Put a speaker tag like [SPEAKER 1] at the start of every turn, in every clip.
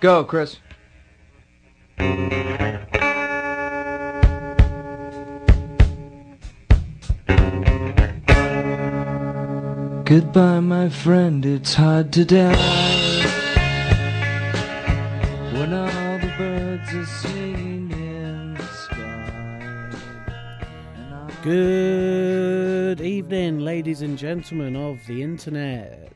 [SPEAKER 1] Go, Chris. Goodbye, my friend, it's hard to die. When all the birds are singing in the sky. And all-
[SPEAKER 2] Good evening, ladies and gentlemen of the internet,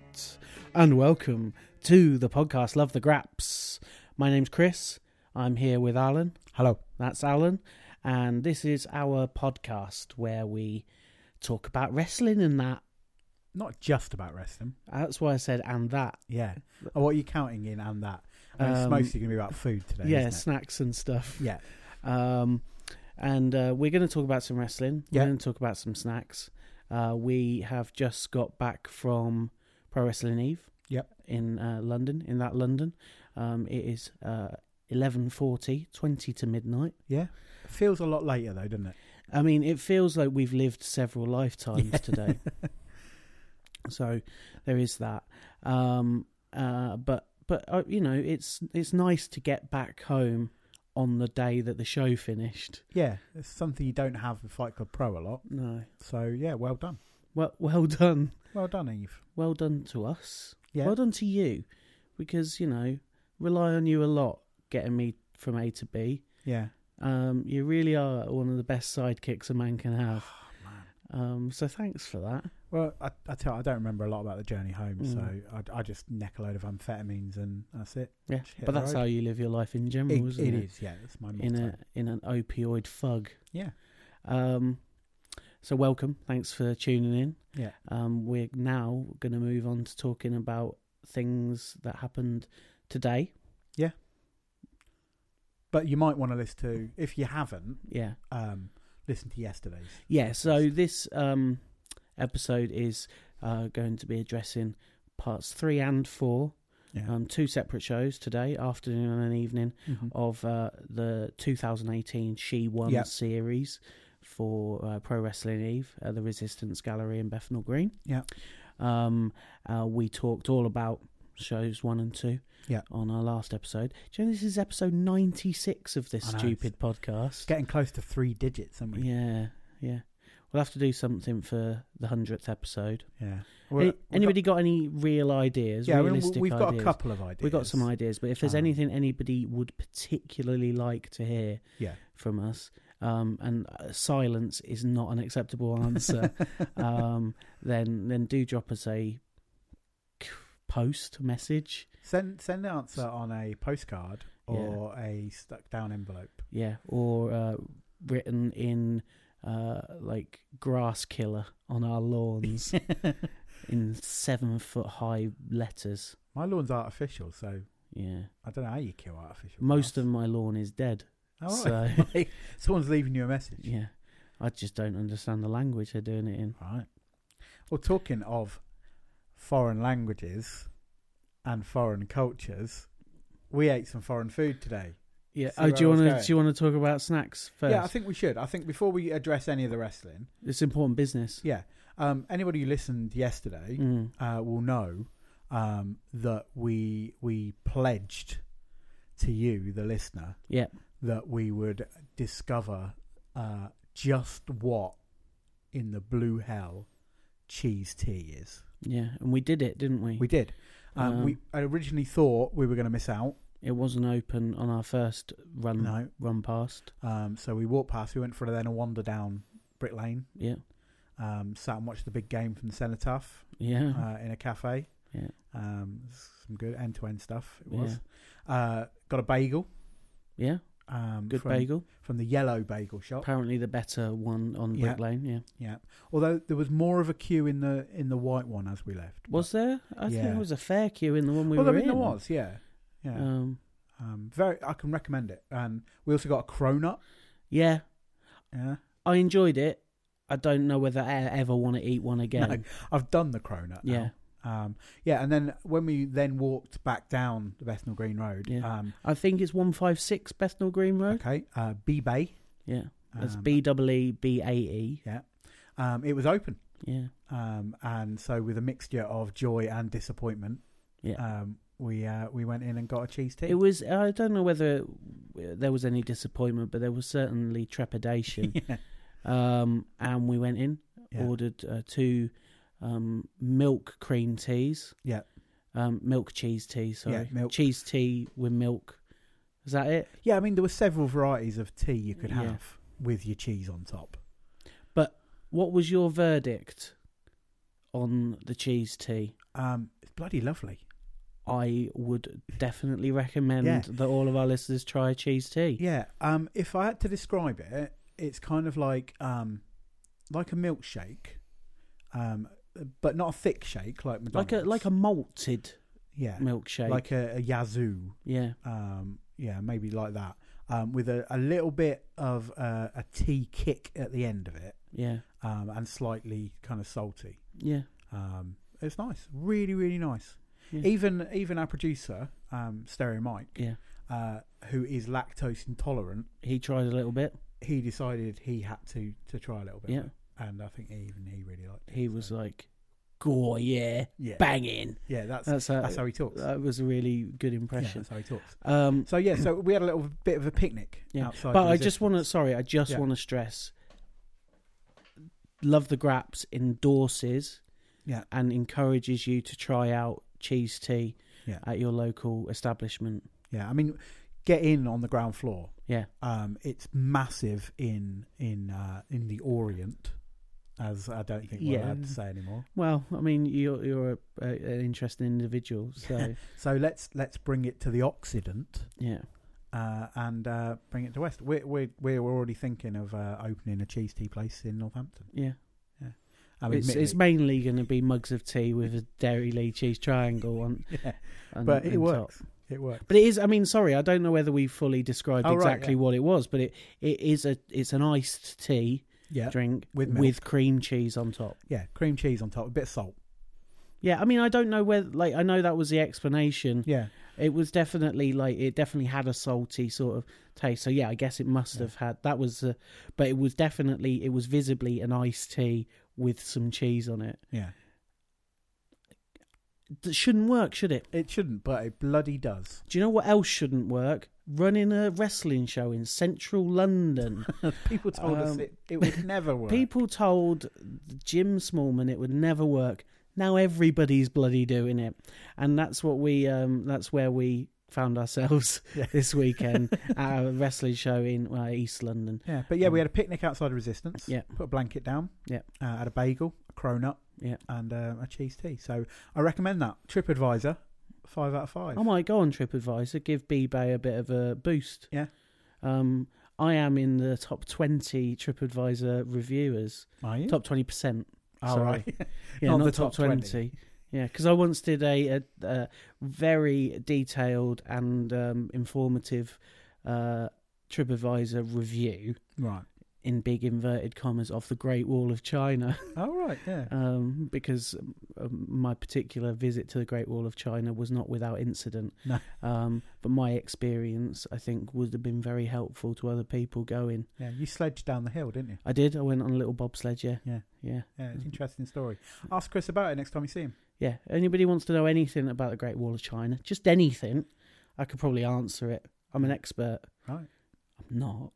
[SPEAKER 2] and welcome to the podcast Love the Graps. My name's Chris. I'm here with Alan. Hello. That's Alan. And this is our podcast where we talk about wrestling and that.
[SPEAKER 3] Not just about wrestling.
[SPEAKER 2] That's why I said and that.
[SPEAKER 3] Yeah. Oh, what are you counting in and that? I mean,
[SPEAKER 2] Um,
[SPEAKER 3] it's mostly going to be about food today.
[SPEAKER 2] yeah,
[SPEAKER 3] Isn't
[SPEAKER 2] snacks and stuff.
[SPEAKER 3] it? Yeah.
[SPEAKER 2] Um, and uh, we're going to talk about some wrestling.
[SPEAKER 3] Yeah.
[SPEAKER 2] We're going to talk about some snacks. Uh, we have just got back from Pro Wrestling Eve.
[SPEAKER 3] Yep.
[SPEAKER 2] In uh, London, in that London, um, it is uh, 11.40, 20 to midnight.
[SPEAKER 3] Yeah. Feels a lot later though, doesn't it?
[SPEAKER 2] I mean, it feels like we've lived several lifetimes today. So there is that. Um, uh, but but uh, you know, it's it's nice to get back home on the day that the show finished.
[SPEAKER 3] Yeah. It's something you don't have with Fight Club Pro a lot.
[SPEAKER 2] No,
[SPEAKER 3] So yeah, well done.
[SPEAKER 2] well well done.
[SPEAKER 3] Well done, Eve.
[SPEAKER 2] well done to us.
[SPEAKER 3] Yeah.
[SPEAKER 2] Well done to you, because you know rely on you a lot getting me from A to B.
[SPEAKER 3] Yeah.
[SPEAKER 2] Um, you really are one of the best sidekicks a man can have.
[SPEAKER 3] Oh,
[SPEAKER 2] Um, so thanks for that.
[SPEAKER 3] Well, I, I tell I don't remember a lot about the journey home,
[SPEAKER 2] Mm.
[SPEAKER 3] so I, I just neck a load of amphetamines and that's it.
[SPEAKER 2] Yeah,
[SPEAKER 3] Just hit
[SPEAKER 2] but
[SPEAKER 3] the
[SPEAKER 2] that's
[SPEAKER 3] road.
[SPEAKER 2] how you live your life in
[SPEAKER 3] It-
[SPEAKER 2] general, is isn't
[SPEAKER 3] it
[SPEAKER 2] Mm, it?
[SPEAKER 3] is, yeah. That's my motto.
[SPEAKER 2] In a in an opioid fug.
[SPEAKER 3] yeah.
[SPEAKER 2] Um, so welcome. Thanks for tuning in.
[SPEAKER 3] Yeah.
[SPEAKER 2] Um, we're now going to move on to talking about things that happened today.
[SPEAKER 3] But you might want to listen to if you haven't,
[SPEAKER 2] Yeah.
[SPEAKER 3] um, listen to yesterday's.
[SPEAKER 2] Yeah, so this um, episode is uh, going to be addressing parts three and four,
[SPEAKER 3] Yeah.
[SPEAKER 2] um, two separate shows today, afternoon and evening,
[SPEAKER 3] Mhm.
[SPEAKER 2] of uh, the 2018 She Won
[SPEAKER 3] Yeah.
[SPEAKER 2] series for uh, Pro Wrestling Eve at the Resistance Gallery in Bethnal Green.
[SPEAKER 3] Yeah.
[SPEAKER 2] Um, uh, we talked all about shows one and two
[SPEAKER 3] Yeah.
[SPEAKER 2] on our last episode. Do you know this is episode 96 of this
[SPEAKER 3] I know, it's-
[SPEAKER 2] stupid podcast?
[SPEAKER 3] It's getting close to three digits, aren't we?
[SPEAKER 2] Yeah, yeah. We'll have to do something for the hundredth episode.
[SPEAKER 3] Yeah.
[SPEAKER 2] Any-
[SPEAKER 3] Well, we've
[SPEAKER 2] anybody got, any real ideas?
[SPEAKER 3] got- yeah, I mean,
[SPEAKER 2] realistic
[SPEAKER 3] we've got
[SPEAKER 2] ideas?
[SPEAKER 3] a couple of ideas.
[SPEAKER 2] We've got some ideas, but if there's
[SPEAKER 3] Um,
[SPEAKER 2] anything anybody would particularly like to hear
[SPEAKER 3] Yeah.
[SPEAKER 2] from us, um, and uh, silence is not an acceptable answer, um, then then do drop us a post message.
[SPEAKER 3] Send send the answer on a postcard or a stuck down envelope.
[SPEAKER 2] Yeah, or uh, written in uh, like grass killer on our lawns in seven foot high letters.
[SPEAKER 3] My lawn's artificial, so
[SPEAKER 2] Yeah,
[SPEAKER 3] I don't know how you kill artificial.
[SPEAKER 2] most of my lawn is dead.
[SPEAKER 3] grass. All
[SPEAKER 2] so
[SPEAKER 3] Oh, right. someone's leaving you a message.
[SPEAKER 2] uh, yeah, I just don't understand the language they're doing it in.
[SPEAKER 3] Right. Well, talking of foreign languages and foreign cultures, we ate some foreign food today.
[SPEAKER 2] Yeah.
[SPEAKER 3] See
[SPEAKER 2] oh,
[SPEAKER 3] where
[SPEAKER 2] do you
[SPEAKER 3] I was
[SPEAKER 2] want to
[SPEAKER 3] going?
[SPEAKER 2] do you want to talk about snacks first?
[SPEAKER 3] Yeah, I think we should. I think before we address any of the wrestling,
[SPEAKER 2] it's important business.
[SPEAKER 3] yeah, um, anybody who listened yesterday,
[SPEAKER 2] Mm.
[SPEAKER 3] uh, will know um, that we we pledged to you, the listener,
[SPEAKER 2] Yeah.
[SPEAKER 3] that we would discover uh, just what in the blue hell cheese tea is.
[SPEAKER 2] Yeah, and we did it, didn't we?
[SPEAKER 3] We did. Um,
[SPEAKER 2] Um,
[SPEAKER 3] we I originally thought we were going to miss out.
[SPEAKER 2] It wasn't open on our first run
[SPEAKER 3] No.
[SPEAKER 2] run past.
[SPEAKER 3] Um, so we walked past. We went for a, then a wander down Brick Lane.
[SPEAKER 2] Yeah,
[SPEAKER 3] Um, sat and watched the big game from the Cenotaph
[SPEAKER 2] yeah.
[SPEAKER 3] uh, in a cafe.
[SPEAKER 2] Mm-hmm. Yeah.
[SPEAKER 3] Um, some good end to end stuff. It
[SPEAKER 2] Yeah.
[SPEAKER 3] was. Uh, got a bagel.
[SPEAKER 2] Yeah,
[SPEAKER 3] um,
[SPEAKER 2] good
[SPEAKER 3] from,
[SPEAKER 2] bagel.
[SPEAKER 3] from the yellow bagel shop.
[SPEAKER 2] Apparently, the better one on Brick Lane. Yeah,
[SPEAKER 3] Oh. Yeah, although there was more of a queue in the in the white one as we left.
[SPEAKER 2] was there? I think
[SPEAKER 3] Yeah.
[SPEAKER 2] there was a fair queue in the one we
[SPEAKER 3] well,
[SPEAKER 2] were
[SPEAKER 3] I mean,
[SPEAKER 2] in.
[SPEAKER 3] there was, yeah, yeah.
[SPEAKER 2] Um,
[SPEAKER 3] um, very, I can recommend it. And we also got a cronut.
[SPEAKER 2] yeah,
[SPEAKER 3] Yeah,
[SPEAKER 2] I enjoyed it. I don't know whether I ever want to eat one again.
[SPEAKER 3] No, I've done the cronut.
[SPEAKER 2] yeah,
[SPEAKER 3] now. um, yeah, and then when we then walked back down the Bethnal Green Road,
[SPEAKER 2] Yeah.
[SPEAKER 3] um,
[SPEAKER 2] I think it's one five six Bethnal Green Road.
[SPEAKER 3] okay, uh, B Bay,
[SPEAKER 2] Yeah, that's
[SPEAKER 3] um,
[SPEAKER 2] B double E B A E.
[SPEAKER 3] um, it was open.
[SPEAKER 2] Yeah,
[SPEAKER 3] Um, and so with a mixture of joy and disappointment,
[SPEAKER 2] Yeah.
[SPEAKER 3] um, we uh, we went in and got a cheese tea.
[SPEAKER 2] It was. I don't know whether uh, there was any disappointment, but there was certainly trepidation.
[SPEAKER 3] yeah.
[SPEAKER 2] um, and we went in,
[SPEAKER 3] Yeah.
[SPEAKER 2] ordered uh, two um, milk cream teas.
[SPEAKER 3] Yeah.
[SPEAKER 2] Um, milk cheese tea. Sorry,
[SPEAKER 3] Yeah, milk.
[SPEAKER 2] cheese tea with milk. Is that it?
[SPEAKER 3] Yeah, I mean there were several varieties of tea you could
[SPEAKER 2] Yeah.
[SPEAKER 3] have with your cheese on top.
[SPEAKER 2] What was your verdict on the cheese tea?
[SPEAKER 3] Um, it's bloody lovely.
[SPEAKER 2] I would definitely recommend
[SPEAKER 3] Yeah.
[SPEAKER 2] that all of our listeners try a cheese tea.
[SPEAKER 3] Yeah. Um, if I had to describe it, it's kind of like um, like a milkshake, um, but not a thick shake like
[SPEAKER 2] Like
[SPEAKER 3] McDonald's.
[SPEAKER 2] a like a malted
[SPEAKER 3] yeah,
[SPEAKER 2] milkshake.
[SPEAKER 3] like a, a Yazoo.
[SPEAKER 2] yeah.
[SPEAKER 3] Um, yeah, maybe like that. Um, with a, a little bit of uh, a tea kick at the end of it,
[SPEAKER 2] Yeah.
[SPEAKER 3] um, and slightly kind of salty.
[SPEAKER 2] Yeah.
[SPEAKER 3] Um, it's nice, really, really nice.
[SPEAKER 2] Yeah.
[SPEAKER 3] Even even our producer, um, Stereo Mike,
[SPEAKER 2] Yeah.
[SPEAKER 3] uh, who is lactose intolerant,
[SPEAKER 2] He tried a little bit.
[SPEAKER 3] he decided he had to to try a little bit. of
[SPEAKER 2] Yeah.
[SPEAKER 3] it. and I think even he really liked it.
[SPEAKER 2] He was
[SPEAKER 3] so-
[SPEAKER 2] like, "Gore, yeah,
[SPEAKER 3] yeah,
[SPEAKER 2] banging."
[SPEAKER 3] yeah. That's
[SPEAKER 2] That's how,
[SPEAKER 3] that's how he talks.
[SPEAKER 2] that was a really good
[SPEAKER 3] Yeah,
[SPEAKER 2] impression.
[SPEAKER 3] that's how he talks.
[SPEAKER 2] Um,
[SPEAKER 3] So yeah, so we had a little bit of a picnic
[SPEAKER 2] Yeah.
[SPEAKER 3] outside.
[SPEAKER 2] but
[SPEAKER 3] the
[SPEAKER 2] I just want to.
[SPEAKER 3] Resistance.
[SPEAKER 2] Sorry, I just
[SPEAKER 3] Yeah.
[SPEAKER 2] want to stress. Love the Graps endorses,
[SPEAKER 3] Yeah.
[SPEAKER 2] and encourages you to try out cheese tea,
[SPEAKER 3] Yeah.
[SPEAKER 2] at your local establishment.
[SPEAKER 3] Yeah, I mean, get in on the ground floor.
[SPEAKER 2] Yeah.
[SPEAKER 3] um, it's massive in in uh, in the Orient, as I don't think we're
[SPEAKER 2] Yeah.
[SPEAKER 3] allowed to say anymore.
[SPEAKER 2] Well, I mean, you're you're a, a, an interesting individual, so
[SPEAKER 3] So let's let's bring it to the Occident
[SPEAKER 2] yeah,
[SPEAKER 3] uh, and uh, bring it to West. We're we're we're already thinking of uh, opening a cheese tea place in Northampton.
[SPEAKER 2] yeah.
[SPEAKER 3] I mean,
[SPEAKER 2] It's, it's
[SPEAKER 3] admittedly-
[SPEAKER 2] mainly going to be mugs of tea with a Dairy Lee cheese triangle on,
[SPEAKER 3] yeah,
[SPEAKER 2] on
[SPEAKER 3] but
[SPEAKER 2] on
[SPEAKER 3] it
[SPEAKER 2] top.
[SPEAKER 3] works. It works.
[SPEAKER 2] But it is. I mean, sorry, I don't know whether we fully described
[SPEAKER 3] Oh, right,
[SPEAKER 2] exactly
[SPEAKER 3] yeah.
[SPEAKER 2] what it was, but it, it is a it's an iced tea
[SPEAKER 3] Yeah,
[SPEAKER 2] drink
[SPEAKER 3] with milk.
[SPEAKER 2] cream cheese on top.
[SPEAKER 3] yeah. Cream cheese on top, a bit of salt.
[SPEAKER 2] Yeah, I mean, I don't know whether like I know that was the explanation.
[SPEAKER 3] Yeah,
[SPEAKER 2] It was definitely like it definitely had a salty sort of taste. So yeah, I guess it must
[SPEAKER 3] Yeah.
[SPEAKER 2] have had that was, uh, but it was definitely it was visibly an iced tea with some cheese on it.
[SPEAKER 3] yeah.
[SPEAKER 2] That shouldn't work, should it?
[SPEAKER 3] It shouldn't, but it bloody does.
[SPEAKER 2] Do you know what else shouldn't work? Running a wrestling show in central London.
[SPEAKER 3] People told us
[SPEAKER 2] Um,
[SPEAKER 3] it, it would never work.
[SPEAKER 2] People told Jim Smallman it would never work. Now everybody's bloody doing it, and that's what we. Um, that's where we found ourselves
[SPEAKER 3] Yeah.
[SPEAKER 2] this weekend at a wrestling show in uh, East London.
[SPEAKER 3] Yeah, but yeah,
[SPEAKER 2] Um,
[SPEAKER 3] we had a picnic outside Resistance.
[SPEAKER 2] yeah.
[SPEAKER 3] put a blanket down.
[SPEAKER 2] Yeah.
[SPEAKER 3] uh, had a bagel, a cronut.
[SPEAKER 2] Yeah.
[SPEAKER 3] and uh, a cheese tea. So I recommend that TripAdvisor, five out of five.
[SPEAKER 2] I might go on TripAdvisor, give B Bay a bit of a boost.
[SPEAKER 3] Yeah.
[SPEAKER 2] Um, I am in the top twenty TripAdvisor reviewers,
[SPEAKER 3] Are you?
[SPEAKER 2] top twenty percent.
[SPEAKER 3] All
[SPEAKER 2] sorry.
[SPEAKER 3] right.
[SPEAKER 2] Yeah,
[SPEAKER 3] Not
[SPEAKER 2] not,
[SPEAKER 3] the
[SPEAKER 2] top,
[SPEAKER 3] top 20.
[SPEAKER 2] 20. Yeah, because I once did a, a, a very detailed and um, informative uh, TripAdvisor review
[SPEAKER 3] right.
[SPEAKER 2] in big inverted commas of the Great Wall of China
[SPEAKER 3] All Oh, right. Yeah.
[SPEAKER 2] um, because um, my particular visit to the Great Wall of China was not without incident.
[SPEAKER 3] No.
[SPEAKER 2] Um, but my experience, I think, would have been very helpful to other people going.
[SPEAKER 3] yeah. You sledged down the hill, didn't you?
[SPEAKER 2] I did. I went on a little bobsled, yeah.
[SPEAKER 3] Yeah.
[SPEAKER 2] Yeah.
[SPEAKER 3] Yeah. It's an interesting story. Ask Chris about it next time you see him.
[SPEAKER 2] Yeah, anybody wants to know anything about the Great Wall of China, just anything, I could probably answer it. I'm an expert.
[SPEAKER 3] Right.
[SPEAKER 2] I'm not.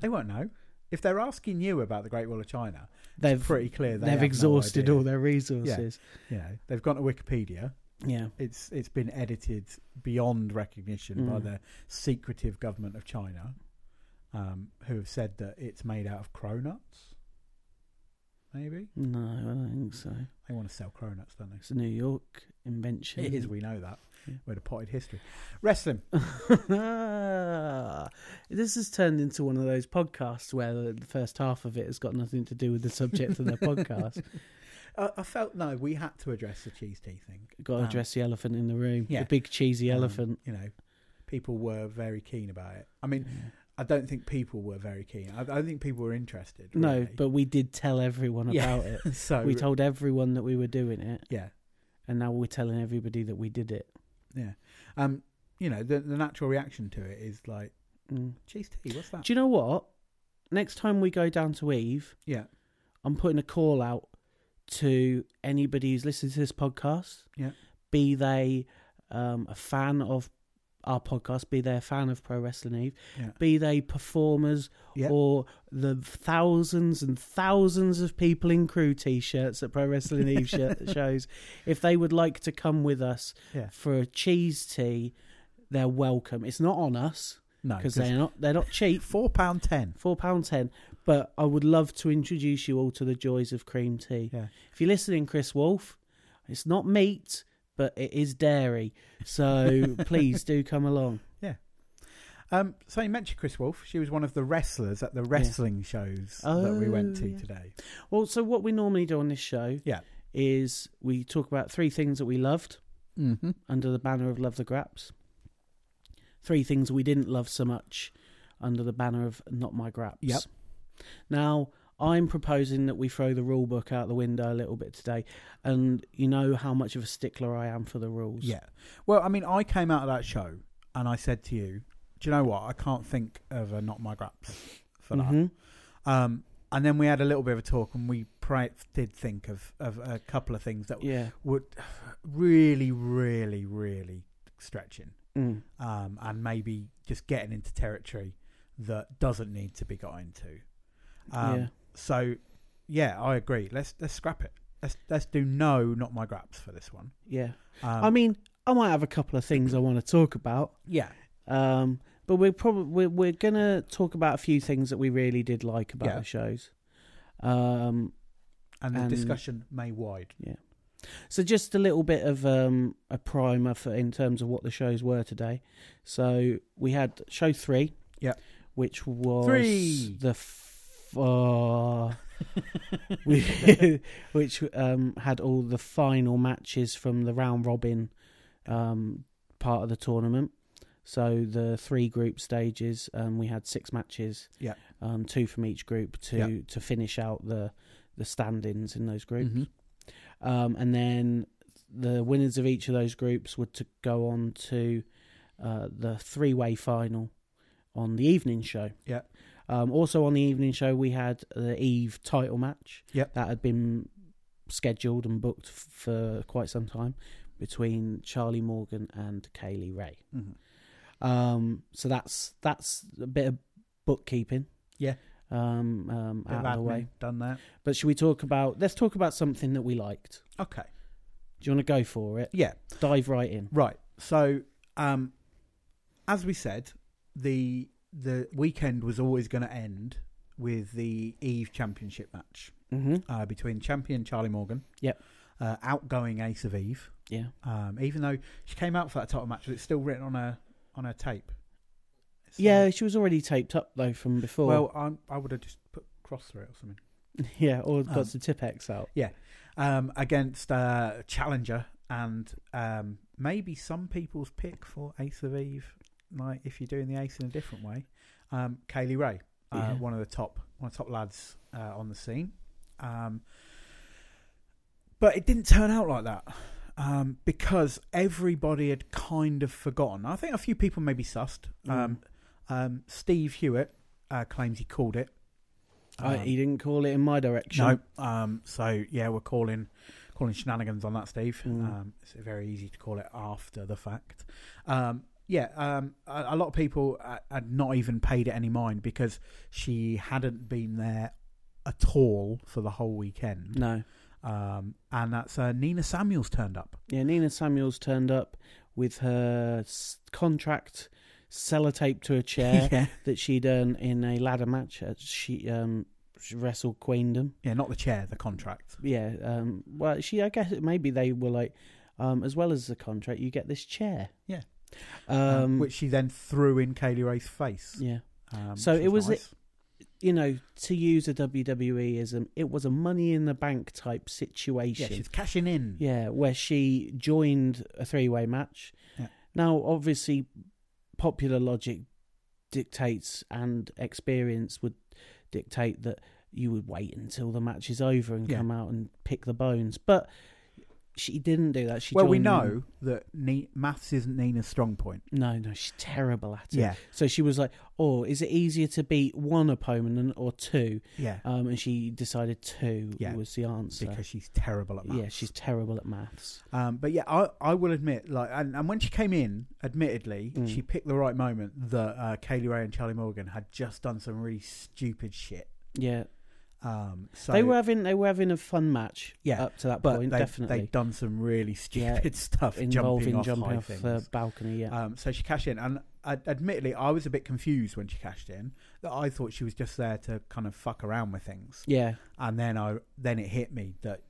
[SPEAKER 3] they won't know if they're asking you about the Great Wall of China.
[SPEAKER 2] They've
[SPEAKER 3] It's pretty clear they
[SPEAKER 2] they've
[SPEAKER 3] have no
[SPEAKER 2] exhausted
[SPEAKER 3] idea.
[SPEAKER 2] all their resources.
[SPEAKER 3] You know, they've gone to Wikipedia.
[SPEAKER 2] Yeah.
[SPEAKER 3] It's it's been edited beyond recognition by
[SPEAKER 2] Mm.
[SPEAKER 3] the secretive government of China, um, who have said that it's made out of cronuts. Maybe
[SPEAKER 2] No, I don't think so.
[SPEAKER 3] they want to sell cronuts, don't they?
[SPEAKER 2] It's a New York invention.
[SPEAKER 3] It is. We know that.
[SPEAKER 2] Yeah.
[SPEAKER 3] We're the potted history. Wrestling.
[SPEAKER 2] this has turned into one of those podcasts where the the first half of it has got nothing to do with the subject of the podcast.
[SPEAKER 3] I, I felt no. We had to address the cheese tea thing.
[SPEAKER 2] Got to
[SPEAKER 3] Um,
[SPEAKER 2] address the elephant in the room.
[SPEAKER 3] yeah.
[SPEAKER 2] The big cheesy
[SPEAKER 3] Um,
[SPEAKER 2] elephant.
[SPEAKER 3] You know, people were very keen about it. I mean, I don't think people were very keen. I, I don't think people were interested.
[SPEAKER 2] No,
[SPEAKER 3] really.
[SPEAKER 2] but we did tell everyone
[SPEAKER 3] Yeah.
[SPEAKER 2] about it.
[SPEAKER 3] so
[SPEAKER 2] We told everyone that we were doing it.
[SPEAKER 3] yeah,
[SPEAKER 2] and now we're telling everybody that we did it.
[SPEAKER 3] yeah. Um, you know, the, the natural reaction to it is like
[SPEAKER 2] Mm.
[SPEAKER 3] cheese tea. What's that?
[SPEAKER 2] Do you know what? Next time we go down to Eve,
[SPEAKER 3] yeah,
[SPEAKER 2] I'm putting a call out to anybody who's listening to this podcast.
[SPEAKER 3] Yeah.
[SPEAKER 2] be they um, a fan of our podcast, be they a fan of Pro Wrestling Eve,
[SPEAKER 3] Yeah.
[SPEAKER 2] be they performers
[SPEAKER 3] Yeah.
[SPEAKER 2] or the thousands and thousands of people in crew t shirts at Pro Wrestling Eve sh- shows, if they would like to come with us
[SPEAKER 3] Yeah.
[SPEAKER 2] for a cheese tea, they're welcome. It's not on us
[SPEAKER 3] No,
[SPEAKER 2] because
[SPEAKER 3] 'cause
[SPEAKER 2] they're not they're not cheap.
[SPEAKER 3] four pound ten.
[SPEAKER 2] four pound ten. But I would love to introduce you all to the joys of cream tea.
[SPEAKER 3] Yeah.
[SPEAKER 2] If you're listening, Chris Wolf, it's not meat, but it is dairy. So please do come along.
[SPEAKER 3] Um, so you mentioned Chris Wolf. She was one of the wrestlers at the wrestling shows that we went
[SPEAKER 2] Oh,
[SPEAKER 3] to
[SPEAKER 2] yeah.
[SPEAKER 3] today.
[SPEAKER 2] Well, so what we normally do on this show,
[SPEAKER 3] Yeah.
[SPEAKER 2] is we talk about three things that we loved
[SPEAKER 3] Mm-hmm.
[SPEAKER 2] under the banner of Love the Graps. Three things we didn't love so much under the banner of Not My Graps.
[SPEAKER 3] Yep.
[SPEAKER 2] Now, I'm proposing that we throw the rule book out the window a little bit today, and you know how much of a stickler I am for the rules.
[SPEAKER 3] Yeah. Well, I mean, I came out of that show and I said to you, "Do you know what? I can't think of a not my graps for that."
[SPEAKER 2] Mhm.
[SPEAKER 3] Um, and then we had a little bit of a talk, and we pri- did think of, of a couple of things that
[SPEAKER 2] Yeah.
[SPEAKER 3] would really, really, really stretching,
[SPEAKER 2] Mm.
[SPEAKER 3] um, and maybe just getting into territory that doesn't need to be got into. Um,
[SPEAKER 2] yeah.
[SPEAKER 3] So, yeah, I agree. Let's let's scrap it. Let's let's do no, not my graps for this one.
[SPEAKER 2] Yeah.
[SPEAKER 3] Um,
[SPEAKER 2] I mean, I might have a couple of things I want to talk about,
[SPEAKER 3] yeah,
[SPEAKER 2] um, but we're probably we're, we're gonna talk about a few things that we really did like about
[SPEAKER 3] Yeah.
[SPEAKER 2] the shows. Um,
[SPEAKER 3] and the
[SPEAKER 2] and-
[SPEAKER 3] discussion may wide.
[SPEAKER 2] So just a little bit of um, a primer for in terms of what the shows were today. So we had show three,
[SPEAKER 3] Yeah.
[SPEAKER 2] which was
[SPEAKER 3] Three.
[SPEAKER 2] the f- uh, we, which um, had all the final matches from the round robin um, part of the tournament. So the three group stages, um, we had six matches,
[SPEAKER 3] Yeah.
[SPEAKER 2] um, two from each group to
[SPEAKER 3] Yeah.
[SPEAKER 2] to finish out the the standings in those groups
[SPEAKER 3] Mhm.
[SPEAKER 2] um, and then the winners of each of those groups were to go on to uh, the three-way final on the evening show.
[SPEAKER 3] Yeah.
[SPEAKER 2] Um, also on the evening show, we had the Eve title match.
[SPEAKER 3] Yep.
[SPEAKER 2] That had been scheduled and booked f- for quite some time between Charlie Morgan and Kaylee Ray.
[SPEAKER 3] Mhm.
[SPEAKER 2] Um, so that's that's a bit of bookkeeping.
[SPEAKER 3] Yeah.
[SPEAKER 2] Um, um,
[SPEAKER 3] Bit
[SPEAKER 2] out of
[SPEAKER 3] of
[SPEAKER 2] the
[SPEAKER 3] admin
[SPEAKER 2] way.
[SPEAKER 3] Done that.
[SPEAKER 2] But should we talk about? Let's talk about something that we liked.
[SPEAKER 3] Okay.
[SPEAKER 2] Do you want to go for it?
[SPEAKER 3] Yeah.
[SPEAKER 2] Dive right in.
[SPEAKER 3] Right. So, um, as we said, the the weekend was always going to end with the Eve Championship match
[SPEAKER 2] Mm-hmm.
[SPEAKER 3] uh, between champion Charlie Morgan.
[SPEAKER 2] Yep.
[SPEAKER 3] Uh, outgoing Ace of Eve.
[SPEAKER 2] Yeah.
[SPEAKER 3] Um, even though she came out for that title match, but it's still written on her on her tape. It's
[SPEAKER 2] Yeah,
[SPEAKER 3] like-
[SPEAKER 2] she was already taped up though from before.
[SPEAKER 3] well, I, I would have just put cross through it or something.
[SPEAKER 2] yeah, or got
[SPEAKER 3] um,
[SPEAKER 2] some Tipex out.
[SPEAKER 3] Um, against uh, challenger and um, maybe some people's pick for Ace of Eve, like if you're doing the Ace in a different way, um, Kaylee Ray, uh,
[SPEAKER 2] Yeah.
[SPEAKER 3] one of the top one of the top lads uh, on the scene. Um, but it didn't turn out like that um, because everybody had kind of forgotten. I think a few people maybe sussed.
[SPEAKER 2] Mm.
[SPEAKER 3] Um, um, Steve Hewitt uh, claims he called it.
[SPEAKER 2] I,
[SPEAKER 3] Um,
[SPEAKER 2] he didn't call it in my direction.
[SPEAKER 3] no. Um, so yeah, we're calling calling shenanigans on that, Steve.
[SPEAKER 2] Mm.
[SPEAKER 3] Um, it's very easy to call it after the fact. Um, yeah, um, a, a lot of people uh, had not even paid it any mind because she hadn't been there at all for the whole weekend.
[SPEAKER 2] no.
[SPEAKER 3] Um, and that's uh, Nina Samuels turned up.
[SPEAKER 2] Yeah, Nina Samuels turned up with her s- contract sellotape to a chair
[SPEAKER 3] yeah,
[SPEAKER 2] that she'd earned in a ladder match. At she um she wrestled Queendom.
[SPEAKER 3] yeah, not the chair, the contract.
[SPEAKER 2] Yeah. Um. Well, she. I guess it, maybe they were like, um, as well as the contract, you get this chair.
[SPEAKER 3] Yeah.
[SPEAKER 2] Um.
[SPEAKER 3] um, which she then threw in Kaylee Ray's face.
[SPEAKER 2] yeah.
[SPEAKER 3] Um,
[SPEAKER 2] So
[SPEAKER 3] which
[SPEAKER 2] it was-
[SPEAKER 3] nice.
[SPEAKER 2] you know, to use a WWEism, it was a money in the bank type
[SPEAKER 3] yeah,
[SPEAKER 2] situation.
[SPEAKER 3] she's cashing in.
[SPEAKER 2] Yeah, where she joined a three way match.
[SPEAKER 3] Yeah.
[SPEAKER 2] Now, obviously, popular logic dictates and experience would dictate that you would wait until the match is over and
[SPEAKER 3] Yeah.
[SPEAKER 2] come out and pick the bones. But she didn't do that. She
[SPEAKER 3] well, we
[SPEAKER 2] joined-
[SPEAKER 3] know that ne- maths isn't Nina's strong point.
[SPEAKER 2] No, no, she's terrible at it.
[SPEAKER 3] Yeah,
[SPEAKER 2] So she was like, "Oh, is it easier to beat one opponent or two?
[SPEAKER 3] yeah,
[SPEAKER 2] Um, and she decided two
[SPEAKER 3] Yeah,
[SPEAKER 2] was the answer.
[SPEAKER 3] because she's terrible at maths.
[SPEAKER 2] yeah, she's terrible at maths.
[SPEAKER 3] Um, but yeah, I, I will admit, like, and, and when she came in, admittedly,
[SPEAKER 2] Mm.
[SPEAKER 3] she picked the right moment that uh, Kaylee Ray and Charlie Morgan had just done some really stupid shit.
[SPEAKER 2] Yeah,
[SPEAKER 3] Um, so
[SPEAKER 2] they were having they were having a fun match.
[SPEAKER 3] Yeah,
[SPEAKER 2] up to that
[SPEAKER 3] but
[SPEAKER 2] point,
[SPEAKER 3] they,
[SPEAKER 2] definitely
[SPEAKER 3] they'd done some really stupid
[SPEAKER 2] Yeah,
[SPEAKER 3] stuff
[SPEAKER 2] involving
[SPEAKER 3] jumping off,
[SPEAKER 2] jumping
[SPEAKER 3] high
[SPEAKER 2] off
[SPEAKER 3] things.
[SPEAKER 2] the balcony. Yeah,
[SPEAKER 3] Um, so she cashed in, and uh, admittedly, I was a bit confused when she cashed in. That I thought she was just there to kind of fuck around with things,
[SPEAKER 2] yeah.
[SPEAKER 3] and then I then it hit me that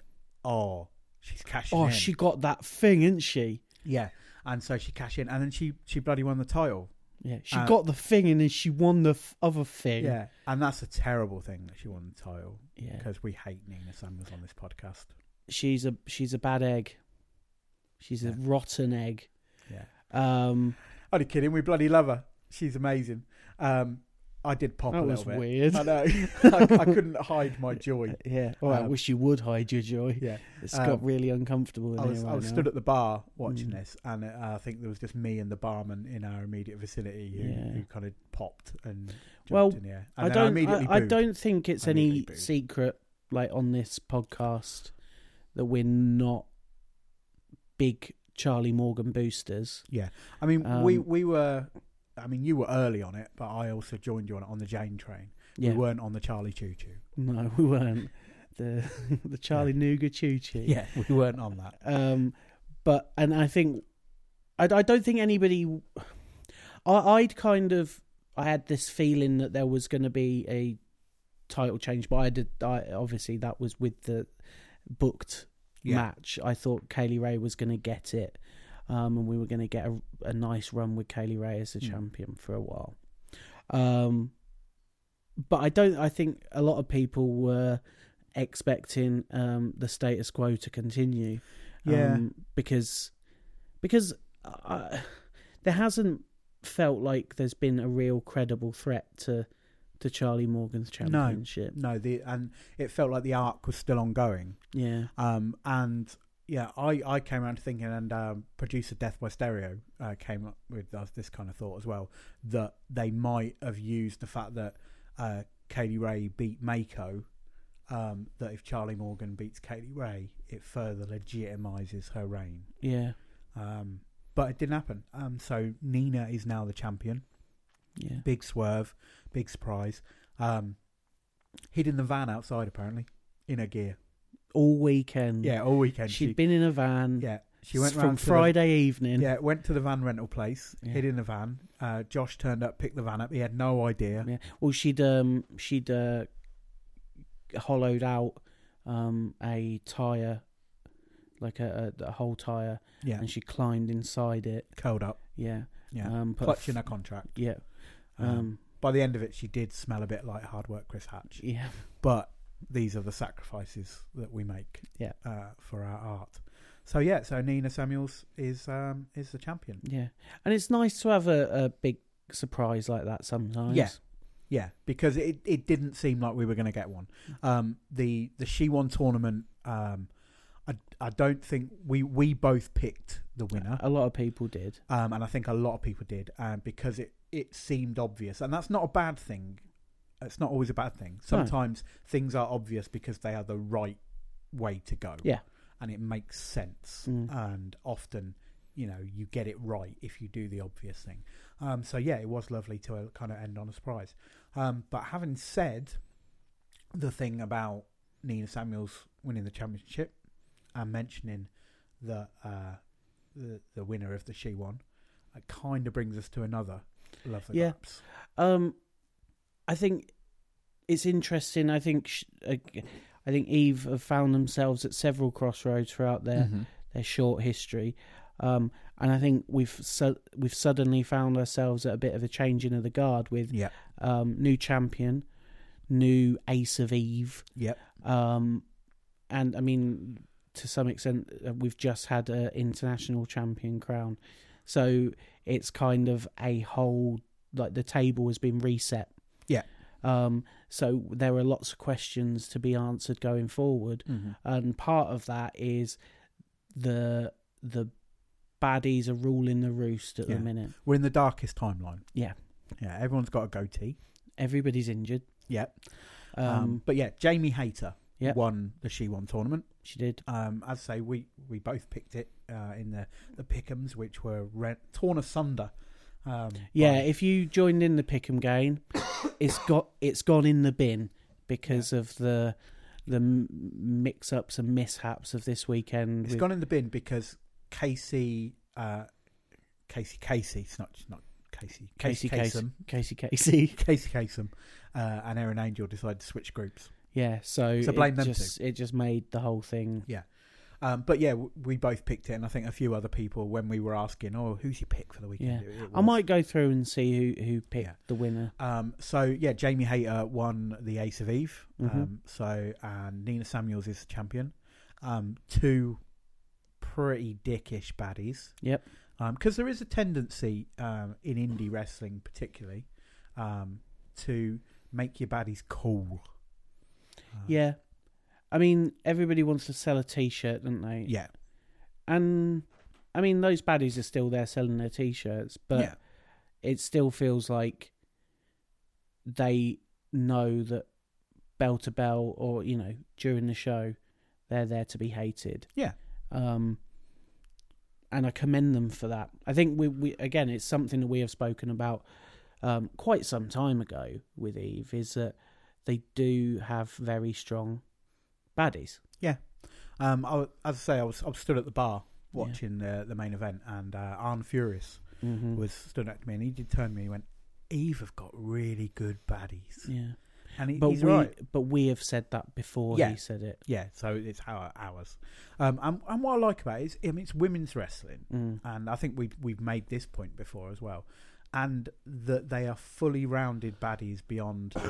[SPEAKER 3] oh, she's cashing
[SPEAKER 2] Oh,
[SPEAKER 3] in.
[SPEAKER 2] she got that thing, didn't she?
[SPEAKER 3] yeah, and so she cashed in, and then she she bloody won the title.
[SPEAKER 2] Yeah, she
[SPEAKER 3] Uh,
[SPEAKER 2] got the thing, and then she won the f- other thing.
[SPEAKER 3] Yeah, and that's a terrible thing that she won the title
[SPEAKER 2] yeah.
[SPEAKER 3] because we hate Nina Sanders on this podcast.
[SPEAKER 2] She's a she's a bad egg. She's
[SPEAKER 3] Yeah.
[SPEAKER 2] a rotten egg.
[SPEAKER 3] Yeah,
[SPEAKER 2] Um,
[SPEAKER 3] only kidding. We bloody love her. She's amazing. Um, I did pop
[SPEAKER 2] that
[SPEAKER 3] a
[SPEAKER 2] was
[SPEAKER 3] little bit.
[SPEAKER 2] weird.
[SPEAKER 3] I know. I, I couldn't hide my joy.
[SPEAKER 2] Yeah. Oh, I
[SPEAKER 3] Um,
[SPEAKER 2] wish you would hide your joy.
[SPEAKER 3] Yeah.
[SPEAKER 2] It's
[SPEAKER 3] um,
[SPEAKER 2] got really uncomfortable in
[SPEAKER 3] I was,
[SPEAKER 2] here
[SPEAKER 3] I
[SPEAKER 2] right
[SPEAKER 3] was
[SPEAKER 2] now.
[SPEAKER 3] stood at the bar watching
[SPEAKER 2] Mm.
[SPEAKER 3] this, and uh, I think there was just me and the barman in our immediate vicinity who,
[SPEAKER 2] Yeah.
[SPEAKER 3] who kind of popped and jumped
[SPEAKER 2] Well,
[SPEAKER 3] in the air. And
[SPEAKER 2] I
[SPEAKER 3] then
[SPEAKER 2] don't.
[SPEAKER 3] immediately
[SPEAKER 2] I, I
[SPEAKER 3] booed.
[SPEAKER 2] don't think it's
[SPEAKER 3] I
[SPEAKER 2] any
[SPEAKER 3] immediately booed.
[SPEAKER 2] secret, like on this podcast, that we're not big Charlie Morgan boosters.
[SPEAKER 3] I mean, we
[SPEAKER 2] um,
[SPEAKER 3] we were. I mean, you were early on it, but I also joined you on it on the Jane train.
[SPEAKER 2] Yeah.
[SPEAKER 3] We weren't on the Charlie Choo Choo.
[SPEAKER 2] No, we weren't. The the Charlie Nougat Choo Choo.
[SPEAKER 3] Yeah, we weren't on that.
[SPEAKER 2] Um, but and I think I, I don't think anybody. I, I'd kind of I had this feeling that there was going to be a title change, but I did. I obviously that was with the booked
[SPEAKER 3] Yeah.
[SPEAKER 2] match. I thought Kaylee Ray was going to get it, um, and we were going to get a, a nice run with Kaylee Ray as the
[SPEAKER 3] Mm.
[SPEAKER 2] champion for a while. Um, but I don't. I think a lot of people were expecting um, the status quo to continue.
[SPEAKER 3] Yeah.
[SPEAKER 2] Um, because because uh, there hasn't felt like there's been a real credible threat to to Charlie Morgan's championship.
[SPEAKER 3] No, the and it felt like the arc was still ongoing.
[SPEAKER 2] Yeah.
[SPEAKER 3] Um, and yeah, I, I came around to thinking, and um, producer Death by Stereo uh, came up with us this kind of thought as well that they might have used the fact that uh, Katie Ray beat Mako. Um, that if Charlie Morgan beats Katie Ray, it further legitimizes her reign.
[SPEAKER 2] Yeah.
[SPEAKER 3] Um, but it didn't happen. Um, so Nina is now the champion.
[SPEAKER 2] Yeah.
[SPEAKER 3] Big swerve, big surprise. Um, hid in the van outside apparently in her gear.
[SPEAKER 2] All weekend.
[SPEAKER 3] Yeah, all weekend.
[SPEAKER 2] Mm. she
[SPEAKER 3] she
[SPEAKER 2] had been in a van.
[SPEAKER 3] yeah, she went
[SPEAKER 2] from
[SPEAKER 3] round to the-
[SPEAKER 2] Friday evening.
[SPEAKER 3] yeah, went to the van rental place,
[SPEAKER 2] Yeah.
[SPEAKER 3] hid in the van. Uh, Josh turned up, picked the van up. He had no idea.
[SPEAKER 2] Yeah. Well, she'd um she'd uh, hollowed out um a tire, like a, a, a whole tire,
[SPEAKER 3] Yeah,
[SPEAKER 2] and she climbed inside it.
[SPEAKER 3] curled up.
[SPEAKER 2] Yeah.
[SPEAKER 3] Yeah,
[SPEAKER 2] Um, put a
[SPEAKER 3] clutching
[SPEAKER 2] f-
[SPEAKER 3] her contract.
[SPEAKER 2] Yeah.
[SPEAKER 3] Um,
[SPEAKER 2] Um.
[SPEAKER 3] by the end of it, she did smell a bit like hard work, Chris Hatch.
[SPEAKER 2] Yeah.
[SPEAKER 3] But these are the sacrifices that we make.
[SPEAKER 2] Yeah.
[SPEAKER 3] uh, for our art. So yeah, so Nina Samuels is um, is the champion.
[SPEAKER 2] Yeah. And it's nice to have a, a big surprise like that sometimes.
[SPEAKER 3] Yeah. Yeah, because it, it didn't seem like we were going to get one.
[SPEAKER 2] Mm.
[SPEAKER 3] Um, the the she won tournament. Um, I I don't think we we both picked the winner,
[SPEAKER 2] A lot of people did.
[SPEAKER 3] um, and I think a lot of people did, um, because it it seemed obvious, and that's not a bad thing. It's not always a bad thing. Sometimes things are obvious because they are the right way to go.
[SPEAKER 2] Yeah.
[SPEAKER 3] and it makes sense.
[SPEAKER 2] Mm.
[SPEAKER 3] And often, you know, you get it right if you do the obvious thing. Um, so yeah, it was lovely to uh, kind of end on a surprise. Um, but having said the thing about Nina Samuels winning the championship and mentioning the uh, the, the winner of the she one, it kind of brings us to another love the
[SPEAKER 2] Yeah.
[SPEAKER 3] Gaps.
[SPEAKER 2] Um, I think it's interesting. I think sh- ag- I think Eve have found themselves at several crossroads throughout their,
[SPEAKER 3] Mm-hmm.
[SPEAKER 2] their short history, um, and I think we've su- we've suddenly found ourselves at a bit of a changing of the guard with
[SPEAKER 3] Yeah,
[SPEAKER 2] um, new champion, new ace of Eve,
[SPEAKER 3] yeah,
[SPEAKER 2] um, and I mean to some extent uh, we've just had an international champion crown, so it's kind of a whole like the table has been reset.
[SPEAKER 3] Yeah.
[SPEAKER 2] Um, so there are Mm-hmm. lots of questions to be answered going forward, and part of that is the the baddies are ruling the roost at
[SPEAKER 3] Yeah.
[SPEAKER 2] the minute.
[SPEAKER 3] We're in the darkest timeline.
[SPEAKER 2] Yeah.
[SPEAKER 3] Yeah, everyone's got a goatee.
[SPEAKER 2] Everybody's injured.
[SPEAKER 3] Yep.
[SPEAKER 2] Um,
[SPEAKER 3] Um, but yeah, Jamie Hayter
[SPEAKER 2] Yep.
[SPEAKER 3] won the She Won tournament.
[SPEAKER 2] she did.
[SPEAKER 3] Um, as I say, we, we both picked it uh, in the, the pickums, which were re- torn asunder. Um,
[SPEAKER 2] Yeah,
[SPEAKER 3] by-
[SPEAKER 2] if you joined in the pick'em game, it's got it's gone in the bin because of the the m- mix-ups and mishaps of this weekend.
[SPEAKER 3] It's
[SPEAKER 2] with-
[SPEAKER 3] gone in the bin because Casey, uh, Casey, Casey, it's not, it's not Casey, Casey,
[SPEAKER 2] Casey.
[SPEAKER 3] Kasem,
[SPEAKER 2] Casey Casey.
[SPEAKER 3] Casey Kasem, uh, and Aaron Angel decided to switch groups.
[SPEAKER 2] Yeah, so,
[SPEAKER 3] So blame
[SPEAKER 2] it
[SPEAKER 3] them
[SPEAKER 2] just it just made the whole thing.
[SPEAKER 3] Um, but yeah, w- we both picked it, and I think a few other people when we were asking, "Oh, who's your pick for the weekend?" It- it
[SPEAKER 2] I
[SPEAKER 3] was-
[SPEAKER 2] might go through and see who who picked
[SPEAKER 3] Yeah.
[SPEAKER 2] the winner.
[SPEAKER 3] Um, so yeah, Jamie Hayter won the Ace of Eve.
[SPEAKER 2] Mhm.
[SPEAKER 3] Um, so and Nina Samuels is the champion. Um, two pretty dickish baddies.
[SPEAKER 2] Yep.
[SPEAKER 3] Because there is a tendency um, in indie wrestling, particularly, um, to make your baddies cool. Uh,
[SPEAKER 2] Yeah. I mean, everybody wants to sell a T-shirt, don't they?
[SPEAKER 3] Yeah.
[SPEAKER 2] And I mean, those baddies are still there selling their T-shirts, but
[SPEAKER 3] yeah.
[SPEAKER 2] it still feels like they know that bell to bell, or you know, during the show, they're there to be hated.
[SPEAKER 3] Yeah.
[SPEAKER 2] Um. And I commend them for that. I think we, we again, it's something that we have spoken about um, quite some time ago with Eve is that they do have very strong baddies.
[SPEAKER 3] Um, I, wa- as I say, I was, I was stood at the bar watching the, the main event, and uh, Arn Furious
[SPEAKER 2] Mm-hmm.
[SPEAKER 3] was stood next to me, and he did turn to me and went, Eve have got really good baddies.
[SPEAKER 2] yeah,
[SPEAKER 3] And he,
[SPEAKER 2] but
[SPEAKER 3] he's
[SPEAKER 2] we
[SPEAKER 3] right.
[SPEAKER 2] but we have said that before
[SPEAKER 3] Yeah.
[SPEAKER 2] he said it.
[SPEAKER 3] Yeah, so it's our, ours. Um, and, and what I like about it is, I mean, it's women's wrestling,
[SPEAKER 2] Mm.
[SPEAKER 3] and I think we've we've made this point before as well, and that they are fully rounded baddies beyond.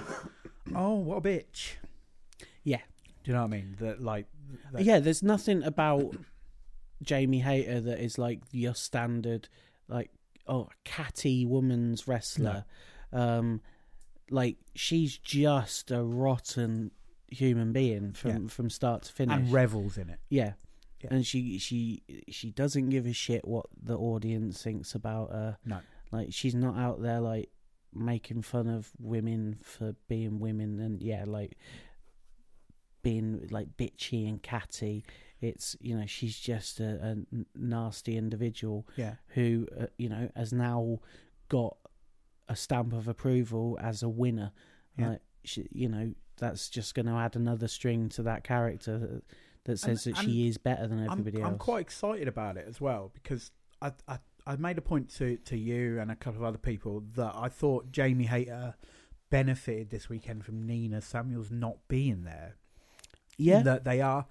[SPEAKER 3] oh, what a bitch!
[SPEAKER 2] Yeah.
[SPEAKER 3] do you know what I mean? That like, that-
[SPEAKER 2] yeah, there's nothing about Jamie Hayter that is like your standard, like oh, catty woman's wrestler. Um, like she's just a rotten human being from from start to finish.
[SPEAKER 3] and revels in it.
[SPEAKER 2] yeah.
[SPEAKER 3] Yeah.
[SPEAKER 2] and she she she doesn't give a shit what the audience thinks about her.
[SPEAKER 3] No.
[SPEAKER 2] like she's not out there like making fun of women for being women and yeah, like being like bitchy and catty. It's you know she's just a, a n- nasty individual
[SPEAKER 3] Yeah,
[SPEAKER 2] who uh, you know has now got a stamp of approval as a winner.
[SPEAKER 3] Yeah.
[SPEAKER 2] Like, she, you know that's just going to add another string to that character that, that says that she is better than
[SPEAKER 3] I'm,
[SPEAKER 2] everybody
[SPEAKER 3] I'm
[SPEAKER 2] else.
[SPEAKER 3] quite excited about it as well because I, I I made a point to to you and a couple of other people that I thought Jamie Hayter benefited this weekend from Nina Samuels not being there
[SPEAKER 2] yeah,
[SPEAKER 3] that they are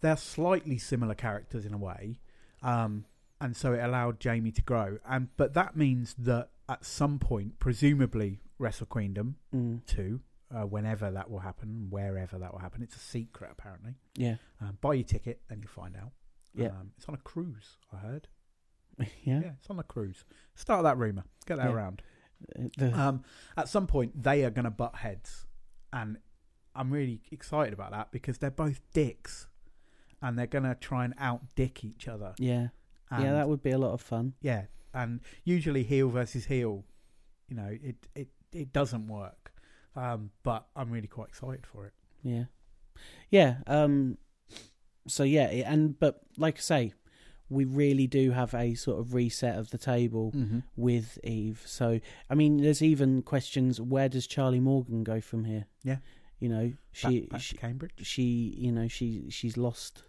[SPEAKER 3] they're slightly similar characters in a way um and so it allowed jamie to grow and but that means that at some point presumably wrestle queendom
[SPEAKER 2] mm,
[SPEAKER 3] 2 uh, whenever that will happen wherever that will happen it's a secret apparently
[SPEAKER 2] yeah,
[SPEAKER 3] um, buy your ticket and you'll find out
[SPEAKER 2] Yeah.
[SPEAKER 3] um, it's on a cruise i heard
[SPEAKER 2] yeah.
[SPEAKER 3] yeah it's on a cruise start that rumor get that
[SPEAKER 2] Yeah.
[SPEAKER 3] around
[SPEAKER 2] Uh, the-
[SPEAKER 3] um, at some point they are going to butt heads, and I'm really excited about that because they're both dicks, and they're going to try and out dick each other.
[SPEAKER 2] yeah,
[SPEAKER 3] And,
[SPEAKER 2] yeah. That would be a lot of fun.
[SPEAKER 3] yeah, and usually heel versus heel, you know, it it it doesn't work. Um, but I'm really quite excited for it.
[SPEAKER 2] Yeah, yeah. Um, so yeah, it- and but like I say, we really do have a sort of reset of the table
[SPEAKER 3] Mm-hmm.
[SPEAKER 2] with Eve. So I mean, there's even questions: where does Charlie Morgan go from here?
[SPEAKER 3] Yeah.
[SPEAKER 2] you know, she
[SPEAKER 3] back, back
[SPEAKER 2] she,
[SPEAKER 3] to Cambridge.
[SPEAKER 2] she you know she she's lost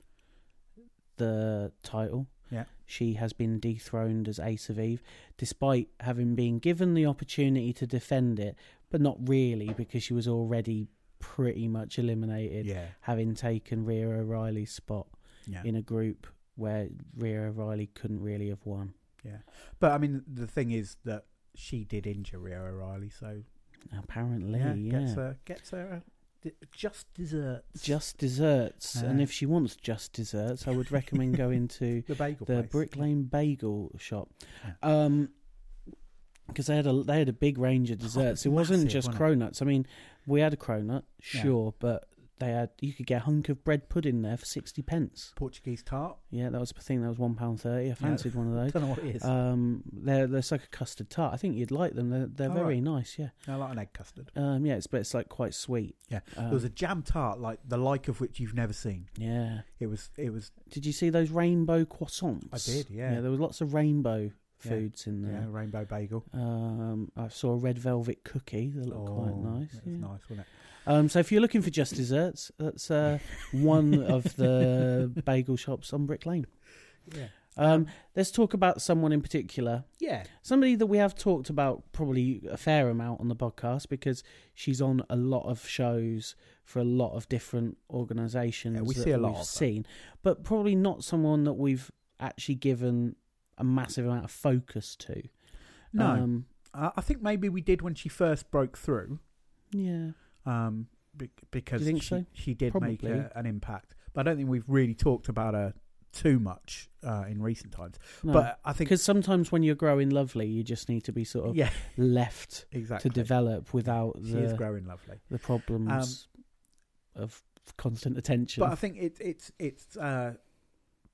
[SPEAKER 2] the title.
[SPEAKER 3] Yeah.
[SPEAKER 2] she has been dethroned as Ace of Eve, despite having been given the opportunity to defend it, but not really because she was already pretty much eliminated,
[SPEAKER 3] Yeah,
[SPEAKER 2] having taken Rhea O'Reilly's spot
[SPEAKER 3] yeah.
[SPEAKER 2] in a group where Rhea O'Reilly couldn't really have won.
[SPEAKER 3] But I mean, the thing is that she did injure Rhea O'Reilly, so
[SPEAKER 2] Apparently,
[SPEAKER 3] yeah,
[SPEAKER 2] yeah.
[SPEAKER 3] gets her gets her a d- just desserts.
[SPEAKER 2] just desserts. and
[SPEAKER 3] Uh.
[SPEAKER 2] if she wants just desserts, I would recommend going to
[SPEAKER 3] the bagel.
[SPEAKER 2] the
[SPEAKER 3] place.
[SPEAKER 2] Brick Lane Bagel Shop,
[SPEAKER 3] Yeah.
[SPEAKER 2] Um 'cause because they had a they had a big range of desserts. it wasn't
[SPEAKER 3] Oh, massive,
[SPEAKER 2] just
[SPEAKER 3] wasn't it?
[SPEAKER 2] cronuts. I mean, we had a cronut,
[SPEAKER 3] Yeah.
[SPEAKER 2] sure, but They had you could get a hunk of bread pudding there for sixty pence.
[SPEAKER 3] Portuguese tart.
[SPEAKER 2] Yeah, that was the thing. That was one pound thirty. I fancied one of those.
[SPEAKER 3] Don't know what it is.
[SPEAKER 2] Um, they're they're it's like a custard tart. I think you'd like them. They're they're
[SPEAKER 3] Oh,
[SPEAKER 2] very
[SPEAKER 3] right.
[SPEAKER 2] nice. Yeah.
[SPEAKER 3] I like an egg custard.
[SPEAKER 2] Um, yeah, it's but it's like quite sweet.
[SPEAKER 3] Yeah.
[SPEAKER 2] Um,
[SPEAKER 3] there was a jam tart like the like of which you've never seen.
[SPEAKER 2] yeah.
[SPEAKER 3] It was it was
[SPEAKER 2] Did you see those rainbow croissants?
[SPEAKER 3] I did, yeah.
[SPEAKER 2] there was lots of rainbow
[SPEAKER 3] Yeah.
[SPEAKER 2] foods in
[SPEAKER 3] yeah,
[SPEAKER 2] there.
[SPEAKER 3] rainbow bagel.
[SPEAKER 2] Um, I saw a red velvet cookie that looked quite
[SPEAKER 3] Oh,
[SPEAKER 2] nice.
[SPEAKER 3] It was
[SPEAKER 2] yeah.
[SPEAKER 3] nice, wasn't it?
[SPEAKER 2] Um, so if you're looking for just desserts, that's uh, one of the bagel shops on Brick Lane.
[SPEAKER 3] Yeah.
[SPEAKER 2] Um, let's talk about someone in particular.
[SPEAKER 3] Yeah.
[SPEAKER 2] Somebody that we have talked about probably a fair amount on the podcast because she's on a lot of shows for a lot of different organisations.
[SPEAKER 3] Yeah, we
[SPEAKER 2] that
[SPEAKER 3] see a lot
[SPEAKER 2] we've
[SPEAKER 3] of them.
[SPEAKER 2] seen, but probably not someone that we've actually given a massive amount of focus to.
[SPEAKER 3] No.
[SPEAKER 2] Um,
[SPEAKER 3] I I think maybe we did when she first broke through,
[SPEAKER 2] yeah.
[SPEAKER 3] um, be- because
[SPEAKER 2] Do you think
[SPEAKER 3] she,
[SPEAKER 2] so?
[SPEAKER 3] she did make
[SPEAKER 2] Probably.
[SPEAKER 3] a, an impact. But I don't think we've really talked about her too much uh, in recent times.
[SPEAKER 2] No.
[SPEAKER 3] But I think,
[SPEAKER 2] because sometimes when you're growing lovely, you just need to be sort of
[SPEAKER 3] yeah,
[SPEAKER 2] left
[SPEAKER 3] exactly.
[SPEAKER 2] to develop without
[SPEAKER 3] she is
[SPEAKER 2] the,
[SPEAKER 3] growing lovely.
[SPEAKER 2] the problems of constant attention.
[SPEAKER 3] But I think it, it's it's uh,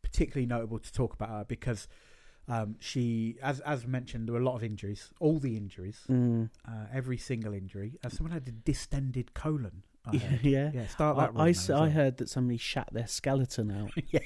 [SPEAKER 3] particularly notable to talk about her because um, she, as as mentioned, there were a lot of injuries, all the injuries,
[SPEAKER 2] Mm.
[SPEAKER 3] uh, every single injury. Uh, someone had a distended colon. I
[SPEAKER 2] yeah,
[SPEAKER 3] heard.
[SPEAKER 2] yeah.
[SPEAKER 3] yeah, start
[SPEAKER 2] I,
[SPEAKER 3] that.
[SPEAKER 2] I
[SPEAKER 3] round
[SPEAKER 2] s-
[SPEAKER 3] now as
[SPEAKER 2] I
[SPEAKER 3] well.
[SPEAKER 2] heard that somebody shat their skeleton out.
[SPEAKER 3] yeah,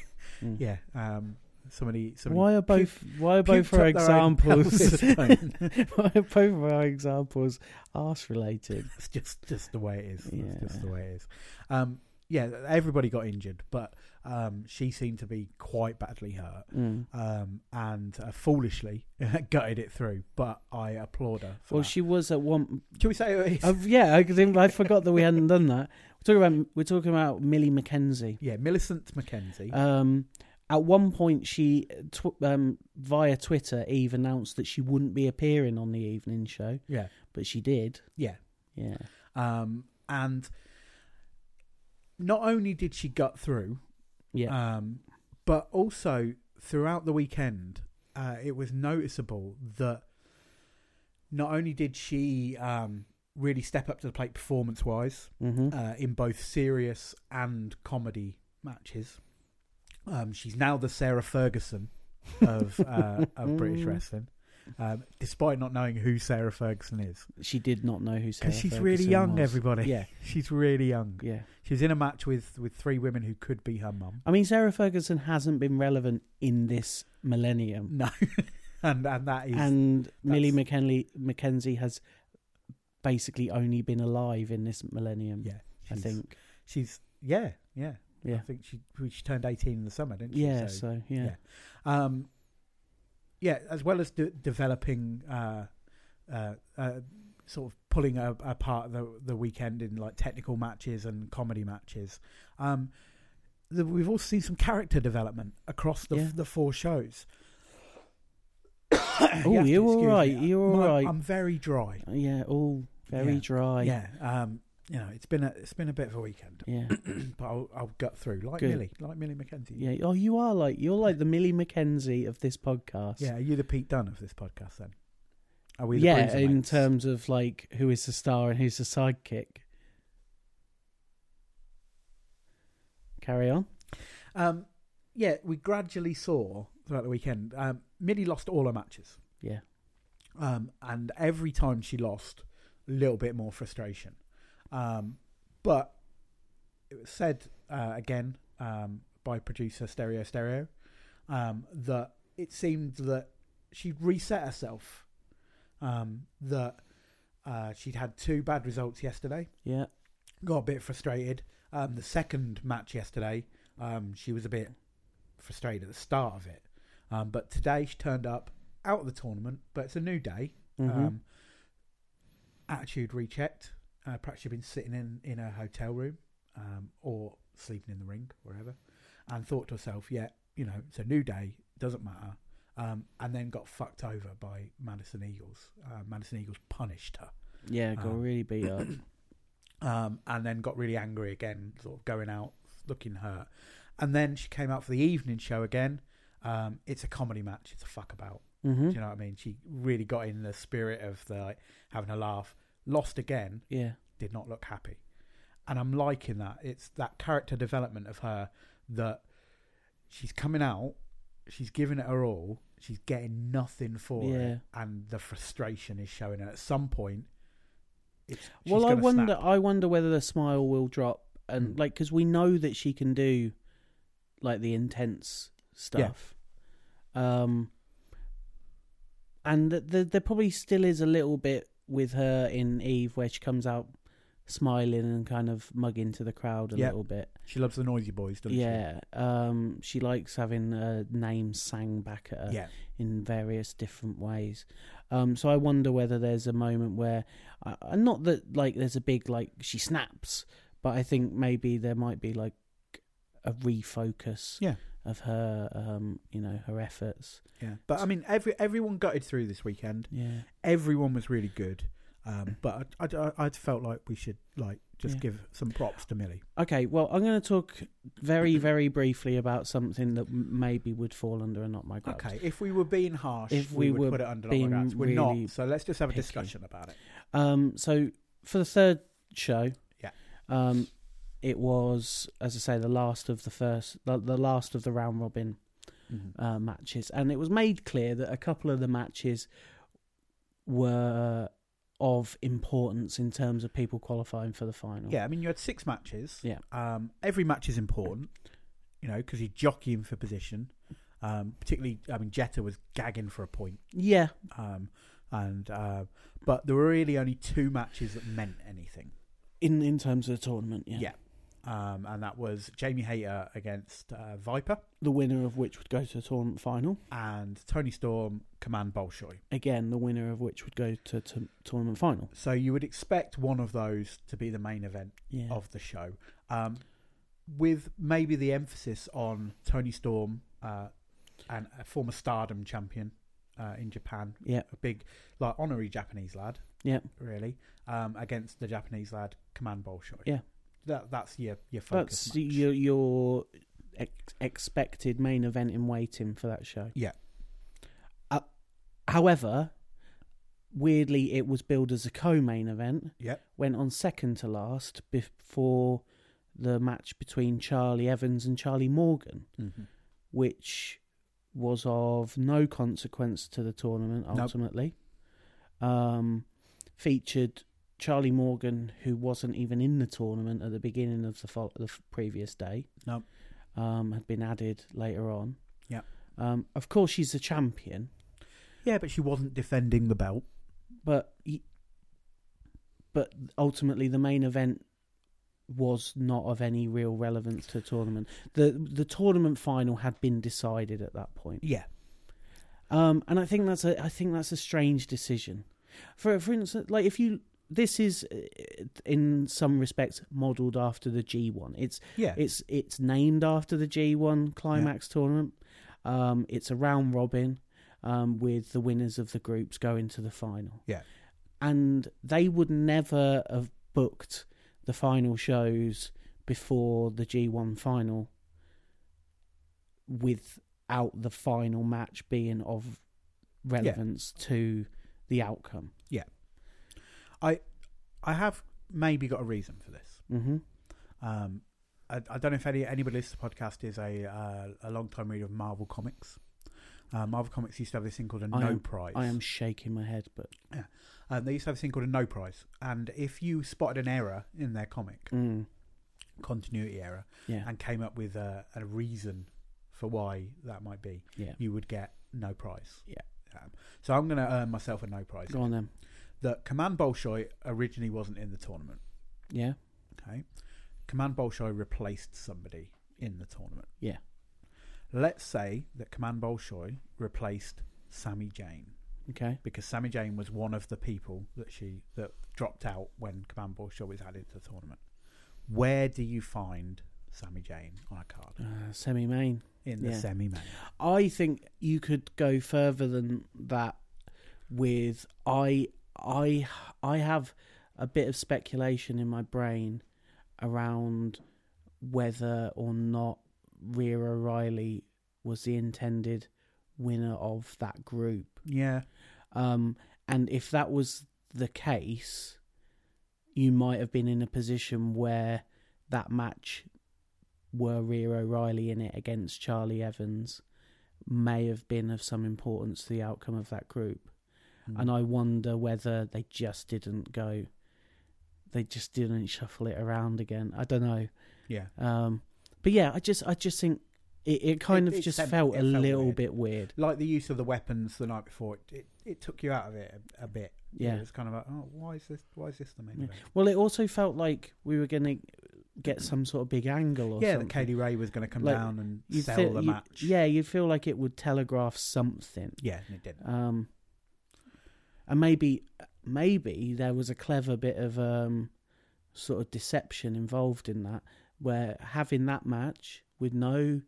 [SPEAKER 2] Mm.
[SPEAKER 3] yeah. Um, somebody, somebody.
[SPEAKER 2] Why are
[SPEAKER 3] puked-
[SPEAKER 2] both Why are both
[SPEAKER 3] puked
[SPEAKER 2] our
[SPEAKER 3] up their own
[SPEAKER 2] examples?
[SPEAKER 3] pelvis bone.
[SPEAKER 2] why are both of our examples arse related?
[SPEAKER 3] it's just just the way it is.
[SPEAKER 2] Yeah.
[SPEAKER 3] It's just the way it is. Um, yeah, everybody got injured, but um, she seemed to be quite badly hurt.
[SPEAKER 2] Mm.
[SPEAKER 3] um, and uh, foolishly gutted it through. But I applaud her. For
[SPEAKER 2] Well,
[SPEAKER 3] that.
[SPEAKER 2] she was at one.
[SPEAKER 3] Can we say who it is?
[SPEAKER 2] Oh, yeah, I, didn't- I forgot that we hadn't done that. We're talking about we're talking about Millie McKenzie.
[SPEAKER 3] yeah, Millicent Mackenzie.
[SPEAKER 2] Um, at one point, she tw- um, via Twitter Eve announced that she wouldn't be appearing on the evening show,
[SPEAKER 3] yeah,
[SPEAKER 2] but she did.
[SPEAKER 3] yeah.
[SPEAKER 2] Yeah,
[SPEAKER 3] Um, and not only did she gut through,
[SPEAKER 2] yeah,
[SPEAKER 3] um, but also throughout the weekend, uh, it was noticeable that not only did she um, really step up to the plate performance wise,
[SPEAKER 2] hmm
[SPEAKER 3] uh, in both serious and comedy matches. Um, she's now the Sarah Ferguson of, uh, of British wrestling, um, despite not knowing who Sarah Ferguson is.
[SPEAKER 2] she did not know who
[SPEAKER 3] Because
[SPEAKER 2] because
[SPEAKER 3] she's really young,
[SPEAKER 2] was.
[SPEAKER 3] everybody.
[SPEAKER 2] Yeah,
[SPEAKER 3] She's really young.
[SPEAKER 2] yeah.
[SPEAKER 3] She's in a match with, with three women who could be her mum.
[SPEAKER 2] I mean, Sarah Ferguson hasn't been relevant in this millennium,
[SPEAKER 3] No. and and that is.
[SPEAKER 2] and Millie McKenley McKenzie has basically only been alive in this millennium.
[SPEAKER 3] yeah.
[SPEAKER 2] I
[SPEAKER 3] she's-
[SPEAKER 2] think.
[SPEAKER 3] She's. Yeah. Yeah.
[SPEAKER 2] Yeah,
[SPEAKER 3] I think she she turned 18 in the summer, didn't she?
[SPEAKER 2] yeah.
[SPEAKER 3] So-
[SPEAKER 2] So yeah,
[SPEAKER 3] yeah. um, yeah, as well as de- developing, uh, uh, uh, sort of pulling a- apart the the weekend in like technical matches and comedy matches. Um, the, we've also seen some character development across the
[SPEAKER 2] Yeah.
[SPEAKER 3] the four shows.
[SPEAKER 2] Oh,
[SPEAKER 3] have to
[SPEAKER 2] you're all
[SPEAKER 3] excuse me.
[SPEAKER 2] right, you're all
[SPEAKER 3] My-
[SPEAKER 2] right.
[SPEAKER 3] I'm very dry.
[SPEAKER 2] Uh, yeah. All very
[SPEAKER 3] Yeah.
[SPEAKER 2] dry.
[SPEAKER 3] Yeah. Um, you know, it's been a it's been a bit of a weekend,
[SPEAKER 2] yeah.
[SPEAKER 3] but I'll, I'll gut through like
[SPEAKER 2] Good.
[SPEAKER 3] Millie, like Millie McKenzie.
[SPEAKER 2] Yeah. Oh, you are like you're like the Millie McKenzie of this podcast.
[SPEAKER 3] Yeah, are you the Pete Dunne of this podcast then? Are we? The
[SPEAKER 2] yeah.
[SPEAKER 3] Bruiser
[SPEAKER 2] In
[SPEAKER 3] Mates?
[SPEAKER 2] terms of like who is the star and who's the sidekick. Carry on.
[SPEAKER 3] Um, yeah, we gradually saw throughout the weekend. Um, Millie lost all her matches,
[SPEAKER 2] Yeah.
[SPEAKER 3] um, and every time she lost, a little bit more frustration. Um, but it was said uh, again um, by producer Stereo Stereo um, that it seemed that she'd reset herself. Um, that uh, she'd had two bad results yesterday
[SPEAKER 2] Yeah.
[SPEAKER 3] got a bit frustrated. Um, the second match yesterday, um, she was a bit frustrated at the start of it. Um, but today she turned up out of the tournament, but it's a new day.
[SPEAKER 2] Mhm.
[SPEAKER 3] Um, attitude rechecked. Uh, perhaps she'd been sitting in, in her hotel room um, or sleeping in the ring, wherever, and thought to herself, yeah, you know, it's a new day, doesn't matter. Um, and then got fucked over by Madison Eagles. Uh, Madison Eagles punished her
[SPEAKER 2] yeah. Got
[SPEAKER 3] um,
[SPEAKER 2] really beat up.
[SPEAKER 3] um, and then got really angry again, sort of going out looking hurt. And then she came out for the evening show again. Um, it's a comedy match. It's a fuck about.
[SPEAKER 2] hmm
[SPEAKER 3] Do you know what I mean? She really got in the spirit of the like, having a laugh. Lost again.
[SPEAKER 2] Yeah.
[SPEAKER 3] Did not look happy. and I'm liking that. It's that character development of her that she's coming out, she's giving it her all, she's getting nothing for it, and the frustration is showing. And at some point, it's, she's
[SPEAKER 2] well, I
[SPEAKER 3] gonna
[SPEAKER 2] wonder.
[SPEAKER 3] snap.
[SPEAKER 2] I wonder whether the smile will drop, and like
[SPEAKER 3] Mm.
[SPEAKER 2] 'cause like because we know that she can do, like the intense stuff, um, and th- th- there probably still is a little bit with her in Eve where she comes out smiling and kind of mugging to the crowd a
[SPEAKER 3] Yeah.
[SPEAKER 2] little bit.
[SPEAKER 3] She loves the noisy boys, doesn't
[SPEAKER 2] yeah, um, she likes having uh, names sang back at her
[SPEAKER 3] she? Yeah.
[SPEAKER 2] in various different ways. Um, so I wonder whether there's a moment where, uh, uh, not that like there's a big like she snaps, but I think maybe there might be like a refocus
[SPEAKER 3] Yeah.
[SPEAKER 2] of her, um, you know, her efforts.
[SPEAKER 3] Yeah. But I mean, every everyone gutted through this weekend.
[SPEAKER 2] Yeah,
[SPEAKER 3] Everyone was really good. Um, but I, I, I I'd felt like we should like just
[SPEAKER 2] Mm. Yeah.
[SPEAKER 3] give some props to Millie.
[SPEAKER 2] Okay, well, I'm going to talk very, very briefly about something that m- maybe would fall under a not my grasp.
[SPEAKER 3] Okay, if we were being harsh,
[SPEAKER 2] If
[SPEAKER 3] we,
[SPEAKER 2] we
[SPEAKER 3] would
[SPEAKER 2] were
[SPEAKER 3] put it under
[SPEAKER 2] being
[SPEAKER 3] lockdowns. We're
[SPEAKER 2] really
[SPEAKER 3] not, so let's just have
[SPEAKER 2] picky.
[SPEAKER 3] a discussion about it.
[SPEAKER 2] Um, so for the third show,
[SPEAKER 3] Yeah.
[SPEAKER 2] um, it was as I say the last of the first, the, the last of the round robin uh, matches, and it was made clear that a couple of the matches were of importance in terms of people qualifying for the final.
[SPEAKER 3] Yeah, I mean, you had six matches.
[SPEAKER 2] Yeah.
[SPEAKER 3] Um, every match is important, you know, because you're jockeying for position. Um, particularly, I mean, Jetta was gagging for a point.
[SPEAKER 2] yeah,
[SPEAKER 3] Um, and uh, but there were really only two matches that meant anything.
[SPEAKER 2] in in terms of the tournament, yeah,
[SPEAKER 3] Yeah. Um, and that was Jamie Hayter against uh, Viper
[SPEAKER 2] the winner of which would go to the tournament final.
[SPEAKER 3] and Tony Storm Command Bolshoi.
[SPEAKER 2] Again, the winner of which would go to, to tournament final.
[SPEAKER 3] So you would expect one of those to be the main event
[SPEAKER 2] Yeah,
[SPEAKER 3] of the show, um, with maybe the emphasis on Tony Storm, uh, and a former Stardom champion uh, in Japan,
[SPEAKER 2] yeah,
[SPEAKER 3] a big like honorary Japanese lad,
[SPEAKER 2] yeah.
[SPEAKER 3] really, um, against the Japanese lad Command Bolshoi.
[SPEAKER 2] Yeah.
[SPEAKER 3] that that's your your focus.
[SPEAKER 2] That's
[SPEAKER 3] match.
[SPEAKER 2] your your ex- expected main event in waiting for that show.
[SPEAKER 3] Yeah.
[SPEAKER 2] Uh, however, weirdly, it was billed as a co-main event.
[SPEAKER 3] Yep.
[SPEAKER 2] Went on second to last before the match between Charlie Evans and Charlie Morgan,
[SPEAKER 3] Mhm.
[SPEAKER 2] which was of no consequence to the tournament
[SPEAKER 3] Nope.
[SPEAKER 2] ultimately. Um, featured Charlie Morgan, who wasn't even in the tournament at the beginning of the, fol- the f- previous day.
[SPEAKER 3] Nope.
[SPEAKER 2] Um, had been added later on.
[SPEAKER 3] Yep.
[SPEAKER 2] Um, of course, she's a champion,
[SPEAKER 3] Yeah, but she wasn't defending the belt.
[SPEAKER 2] but y- but ultimately the main event was not of any real relevance to the tournament. the The tournament final had been decided at that point.
[SPEAKER 3] Yeah,
[SPEAKER 2] Um, and I think that's a I think that's a strange decision. For for instance, like if you this is uh, in some respects modelled after the G one. It's
[SPEAKER 3] yeah,
[SPEAKER 2] it's it's named after the G one climax tournament. Um, it's a round robin um, with the winners of the groups going to the final.
[SPEAKER 3] Yeah.
[SPEAKER 2] and they would never have booked the final shows before the G one final without the final match being of relevance to the outcome.
[SPEAKER 3] I have maybe got a reason for this.
[SPEAKER 2] hmm
[SPEAKER 3] Um, I, I don't know if any, anybody listening to the podcast is a uh, a long time reader of Marvel comics. Uh, Marvel comics used to have this thing called a
[SPEAKER 2] I
[SPEAKER 3] no
[SPEAKER 2] am-
[SPEAKER 3] prize.
[SPEAKER 2] I am shaking my head, but
[SPEAKER 3] Um, they used to have this thing called a no prize, and if you spotted an error in their comic
[SPEAKER 2] mm,
[SPEAKER 3] continuity error
[SPEAKER 2] yeah,
[SPEAKER 3] and came up with a, a reason for why that might be,
[SPEAKER 2] Yeah.
[SPEAKER 3] you would get no prize.
[SPEAKER 2] Yeah.
[SPEAKER 3] Um, so I'm going to earn myself a no prize.
[SPEAKER 2] go on then.
[SPEAKER 3] That Command Bolshoi originally wasn't in the tournament.
[SPEAKER 2] Yeah.
[SPEAKER 3] Okay. Command Bolshoi replaced somebody in the tournament.
[SPEAKER 2] Yeah.
[SPEAKER 3] Let's say that Command Bolshoi replaced Sammy Jane
[SPEAKER 2] Okay.
[SPEAKER 3] because Sammy Jane was one of the people that she that dropped out when Command Bolshoi was added to the tournament. Where do you find Sammy Jane on a card
[SPEAKER 2] Uh, semi main.
[SPEAKER 3] in the
[SPEAKER 2] Yeah.
[SPEAKER 3] semi-main?
[SPEAKER 2] I think you could go further than that with I I I have a bit of speculation in my brain around whether or not Rhea O'Reilly was the intended winner of that group.
[SPEAKER 3] Yeah,
[SPEAKER 2] Um, and if that was the case, you might have been in a position where that match were Rhea O'Reilly in it against Charlie Evans may have been of some importance to the outcome of that group.
[SPEAKER 3] Mm.
[SPEAKER 2] And I wonder whether they just didn't go, they just didn't shuffle it around again. I don't know.
[SPEAKER 3] yeah,
[SPEAKER 2] Um, but yeah, I just I just think it, it kind
[SPEAKER 3] It-
[SPEAKER 2] of
[SPEAKER 3] it
[SPEAKER 2] just
[SPEAKER 3] felt-
[SPEAKER 2] felt
[SPEAKER 3] it
[SPEAKER 2] a
[SPEAKER 3] felt
[SPEAKER 2] little
[SPEAKER 3] weird.
[SPEAKER 2] bit weird.
[SPEAKER 3] like the use of the weapons the night before, it it, it took you out of it a, a bit.
[SPEAKER 2] Yeah.
[SPEAKER 3] it was kind of like, oh, why is this? Why is this the main
[SPEAKER 2] Yeah.
[SPEAKER 3] event?
[SPEAKER 2] Well, it also felt like we were going to get some sort of big angle or
[SPEAKER 3] Yeah,
[SPEAKER 2] something.
[SPEAKER 3] that Katie Ray was going to come
[SPEAKER 2] Like,
[SPEAKER 3] down and
[SPEAKER 2] You'd
[SPEAKER 3] sell
[SPEAKER 2] feel-
[SPEAKER 3] the
[SPEAKER 2] you-
[SPEAKER 3] match.
[SPEAKER 2] Yeah, you'd feel like it would telegraph something.
[SPEAKER 3] yeah, and it didn't.
[SPEAKER 2] Um, and maybe maybe there was a clever bit of um, sort of deception involved in that, where having that match with no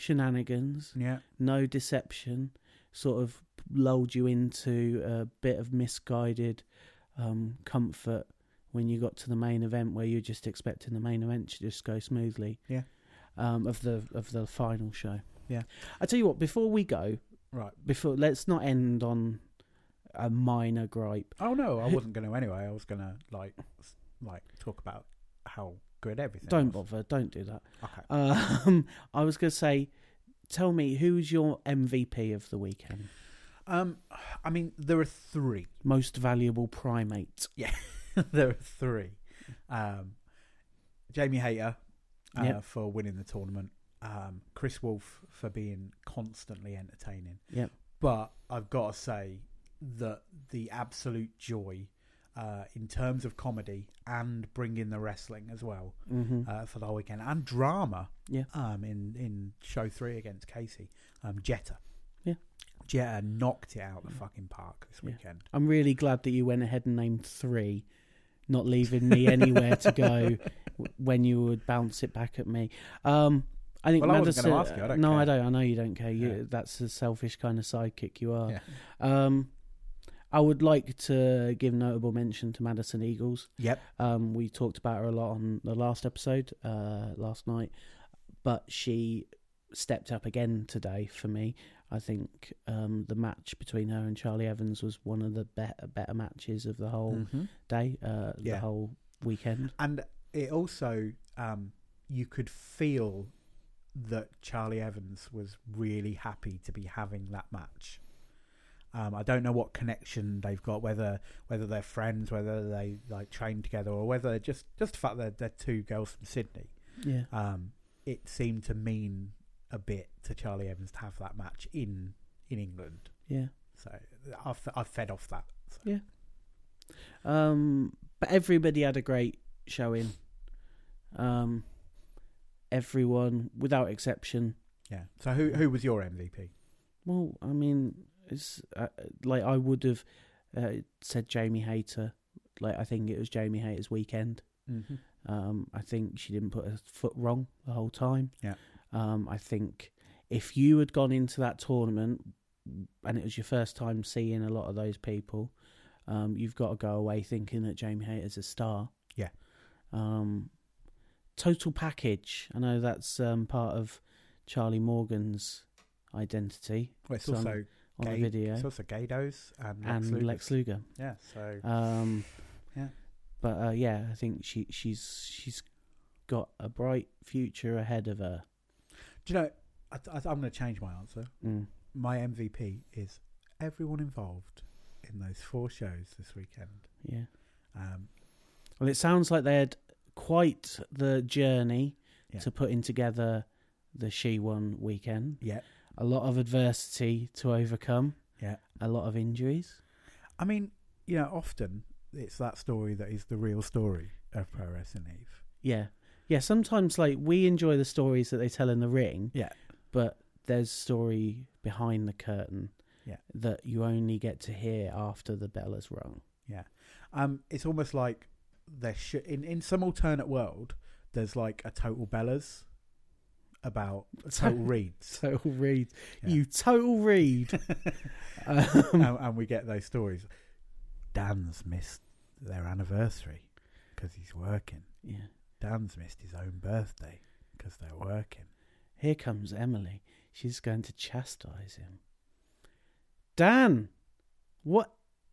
[SPEAKER 2] shenanigans,
[SPEAKER 3] Yeah,
[SPEAKER 2] no deception, sort of lulled you into a bit of misguided um, comfort when you got to the main event, where you're just expecting the main event to just go smoothly.
[SPEAKER 3] Yeah.
[SPEAKER 2] Um, of the of the final show.
[SPEAKER 3] Yeah.
[SPEAKER 2] I tell you what. Before we go,
[SPEAKER 3] right.
[SPEAKER 2] before let's not end on a minor gripe.
[SPEAKER 3] Oh no, I wasn't going to anyway. I was going to like s- like talk about how good everything.
[SPEAKER 2] Don't
[SPEAKER 3] was.
[SPEAKER 2] bother. Don't do that.
[SPEAKER 3] Okay.
[SPEAKER 2] Um, I was going to say, tell me who's your MVP of the weekend,
[SPEAKER 3] Um, I mean, there are three.
[SPEAKER 2] most valuable primate.
[SPEAKER 3] there are three. Um, Jamie Hayter uh,
[SPEAKER 2] Yep.
[SPEAKER 3] for winning the tournament. Um, Chris Wolf for being constantly entertaining.
[SPEAKER 2] Yep.
[SPEAKER 3] But I've got to say that the absolute joy uh, in terms of comedy and bringing the wrestling as well
[SPEAKER 2] Mm-hmm.
[SPEAKER 3] uh, for the whole weekend and drama.
[SPEAKER 2] Yeah.
[SPEAKER 3] Um, in in show three against Casey, um, Jetta.
[SPEAKER 2] Yeah.
[SPEAKER 3] Jetta knocked it out the
[SPEAKER 2] Yeah.
[SPEAKER 3] fucking park this
[SPEAKER 2] Yeah.
[SPEAKER 3] weekend.
[SPEAKER 2] I'm really glad that you went ahead and named three, not leaving me anywhere to go w- when you would bounce it back at me. Um, I think
[SPEAKER 3] Well, I wasn't
[SPEAKER 2] Madison.
[SPEAKER 3] gonna ask you, I don't
[SPEAKER 2] no,
[SPEAKER 3] care.
[SPEAKER 2] I don't. I know you don't care. You,
[SPEAKER 3] Yeah.
[SPEAKER 2] That's the selfish kind of sidekick you are.
[SPEAKER 3] Yeah.
[SPEAKER 2] Um, I would like to give notable mention to Madison Eagles.
[SPEAKER 3] Yep.
[SPEAKER 2] Um, we talked about her a lot on the last episode uh, last night, but she stepped up again today for me. I think um, the match between her and Charlie Evans was one of the better better matches of the whole
[SPEAKER 3] Mhm.
[SPEAKER 2] day, uh,
[SPEAKER 3] Yeah.
[SPEAKER 2] the whole weekend.
[SPEAKER 3] And it also, um, you could feel that Charlie Evans was really happy to be having that match. Um, I don't know what connection they've got, whether whether they're friends, whether they like train together, or whether just just the fact that they're two girls from Sydney.
[SPEAKER 2] Yeah,
[SPEAKER 3] um, it seemed to mean a bit to Charlie Evans to have that match in in England.
[SPEAKER 2] yeah.
[SPEAKER 3] So I've I've fed off that. So.
[SPEAKER 2] Yeah. Um, but everybody had a great showing. Um, everyone, without exception,
[SPEAKER 3] Yeah. So who who was your MVP?
[SPEAKER 2] Well, I mean, it's uh, like I would have uh, said Jamie Hayter. Like I think it was Jamie Hayter's weekend.
[SPEAKER 3] Mm-hmm.
[SPEAKER 2] Um, I think she didn't put her foot wrong the whole time.
[SPEAKER 3] Yeah.
[SPEAKER 2] Um, I think if you had gone into that tournament and it was your first time seeing a lot of those people, um, you've got to go away thinking that Jamie Hayter's a star.
[SPEAKER 3] Yeah.
[SPEAKER 2] Um, total package. I know that's um, part of Charlie Morgan's identity
[SPEAKER 3] Well, it's
[SPEAKER 2] Son
[SPEAKER 3] also
[SPEAKER 2] on
[SPEAKER 3] Gay-
[SPEAKER 2] the video
[SPEAKER 3] it's also Gados and Lex
[SPEAKER 2] and
[SPEAKER 3] Luger.
[SPEAKER 2] Lex Luger.
[SPEAKER 3] Yeah. So
[SPEAKER 2] Um,
[SPEAKER 3] Yeah.
[SPEAKER 2] But uh, yeah, I think she she's she's got a bright future ahead of her.
[SPEAKER 3] do you know? I, I, I'm going to change my answer.
[SPEAKER 2] Mm.
[SPEAKER 3] My MVP is everyone involved in those four shows this weekend.
[SPEAKER 2] Yeah.
[SPEAKER 3] Um,
[SPEAKER 2] Well, it sounds like they had quite the journey
[SPEAKER 3] Yeah.
[SPEAKER 2] to putting together the she one weekend.
[SPEAKER 3] yeah.
[SPEAKER 2] A lot of adversity to overcome.
[SPEAKER 3] Yeah.
[SPEAKER 2] A lot of injuries.
[SPEAKER 3] I mean, you know, often it's that story that is the real story of Pro Wrestling Eve.
[SPEAKER 2] Yeah. Yeah. Sometimes like we enjoy the stories that they tell in the ring.
[SPEAKER 3] Yeah.
[SPEAKER 2] but there's story behind the curtain
[SPEAKER 3] Yeah.
[SPEAKER 2] that you only get to hear after the bell has rung.
[SPEAKER 3] um, it's almost like there should in in some alternate world there's like a total bellas about a total reads
[SPEAKER 2] Total read,
[SPEAKER 3] Yeah.
[SPEAKER 2] you total read. um,
[SPEAKER 3] and, and we get those stories dan's missed their anniversary because he's working
[SPEAKER 2] yeah.
[SPEAKER 3] dan's missed his own birthday because they're working
[SPEAKER 2] Here comes Emily. She's going to chastise him. Dan, what?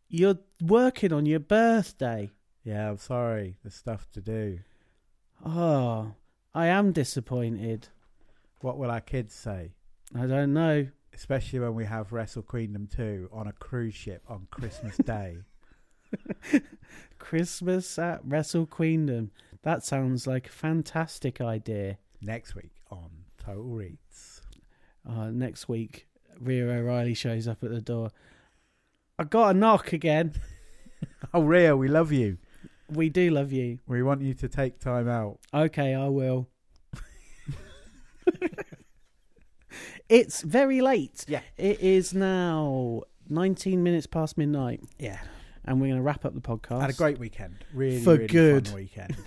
[SPEAKER 2] You're working on your birthday.
[SPEAKER 3] Yeah, I'm sorry. There's stuff to do.
[SPEAKER 2] Oh, I am disappointed.
[SPEAKER 3] What will our kids say?
[SPEAKER 2] I don't know.
[SPEAKER 3] Especially when we have Wrestle Queendom 2 on a cruise ship on Christmas Day.
[SPEAKER 2] Christmas at Wrestle Queendom. That sounds like a fantastic idea.
[SPEAKER 3] Next week on Total Reads.
[SPEAKER 2] Uh, next week, Rhea O'Reilly shows up at the door. I got a knock again.
[SPEAKER 3] Oh, Ria, we love you.
[SPEAKER 2] We do love you.
[SPEAKER 3] We want you to take time out.
[SPEAKER 2] Okay, I will. it's very late.
[SPEAKER 3] Yeah.
[SPEAKER 2] It is now 19 minutes past midnight,
[SPEAKER 3] Yeah.
[SPEAKER 2] and we're going to wrap up the podcast.
[SPEAKER 3] Had a great weekend. Really,
[SPEAKER 2] For
[SPEAKER 3] really
[SPEAKER 2] good.
[SPEAKER 3] fun weekend.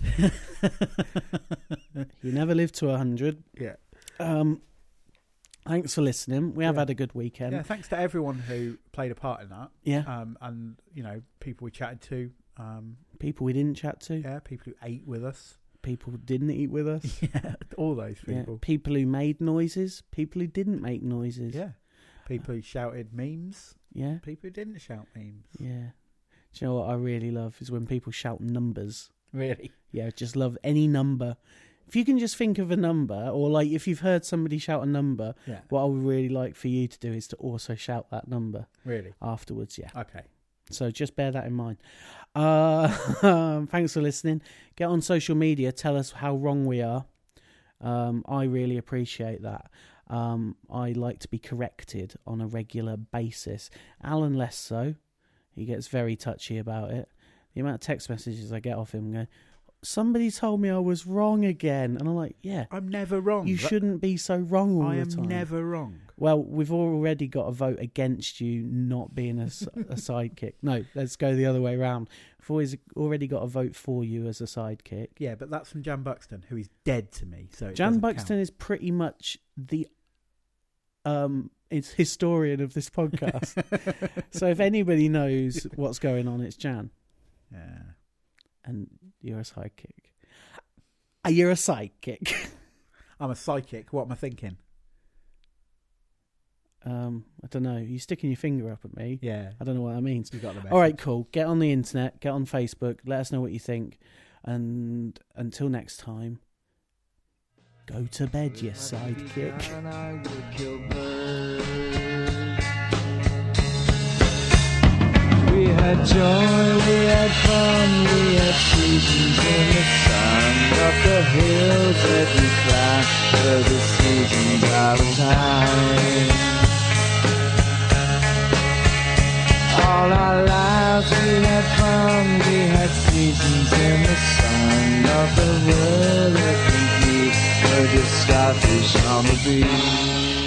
[SPEAKER 2] You never live to 100.
[SPEAKER 3] yeah.
[SPEAKER 2] Um, thanks for listening. We have
[SPEAKER 3] Yeah.
[SPEAKER 2] had a good weekend.
[SPEAKER 3] Yeah,
[SPEAKER 2] Yeah.
[SPEAKER 3] thanks to everyone who played a part in that. Um, and, you know, people we chatted to. Um,
[SPEAKER 2] People we didn't chat to,
[SPEAKER 3] yeah, people who ate with us.
[SPEAKER 2] people who didn't eat with us,
[SPEAKER 3] Yeah. All those
[SPEAKER 2] Yeah.
[SPEAKER 3] people.
[SPEAKER 2] people who made noises, people who didn't make noises.
[SPEAKER 3] Yeah. People who shouted memes.
[SPEAKER 2] Yeah.
[SPEAKER 3] People who didn't shout memes.
[SPEAKER 2] Yeah. Do you know what I really love is when people shout numbers.
[SPEAKER 3] Really?
[SPEAKER 2] Yeah, just love any number. If you can just think of a number, or like if you've heard somebody shout a number,
[SPEAKER 3] Yeah.
[SPEAKER 2] what I would really like for you to do is to also shout that number
[SPEAKER 3] Really?
[SPEAKER 2] afterwards. Yeah.
[SPEAKER 3] Okay.
[SPEAKER 2] So just bear that in mind. Uh, um, thanks for listening. Get on social media. Tell us how wrong we are. Um, I really appreciate that. Um, I like to be corrected on a regular basis. Alan less so. He gets very touchy about it. The amount of text messages I get off him going, somebody told me I was wrong again. And I'm like, yeah,
[SPEAKER 3] I'm never wrong.
[SPEAKER 2] you
[SPEAKER 3] That-
[SPEAKER 2] shouldn't be so wrong all
[SPEAKER 3] I
[SPEAKER 2] the
[SPEAKER 3] am
[SPEAKER 2] time.
[SPEAKER 3] never wrong.
[SPEAKER 2] Well, we've already got a vote against you not being a, s- a sidekick. No, let's go the other way round. We've always already got a vote for you as a sidekick.
[SPEAKER 3] Yeah, but that's from Jan Buxton, who is dead to me. So it
[SPEAKER 2] Jan
[SPEAKER 3] doesn't
[SPEAKER 2] Buxton
[SPEAKER 3] count.
[SPEAKER 2] is pretty much the um it's historian of this podcast. so if anybody knows what's going on, it's Jan,
[SPEAKER 3] Yeah.
[SPEAKER 2] and you're a sidekick. Uh, You're a sidekick.
[SPEAKER 3] I'm a psychic. What am I thinking?
[SPEAKER 2] Um, I don't know. You're sticking your finger up at me.
[SPEAKER 3] Yeah.
[SPEAKER 2] I don't know what that means.
[SPEAKER 3] You got the message.
[SPEAKER 2] All right, cool. Get on the internet, get on Facebook, let us know what you think. And until next time, go to bed, you sidekick.
[SPEAKER 1] And I will kill birds. We had joy, we had fun, we had seasons in the sun. Up the hills that we climbed, were the seasons out of time. All our lives we had fun, we had seasons in the sun. Of the world that we keep, were just starfish on the beach.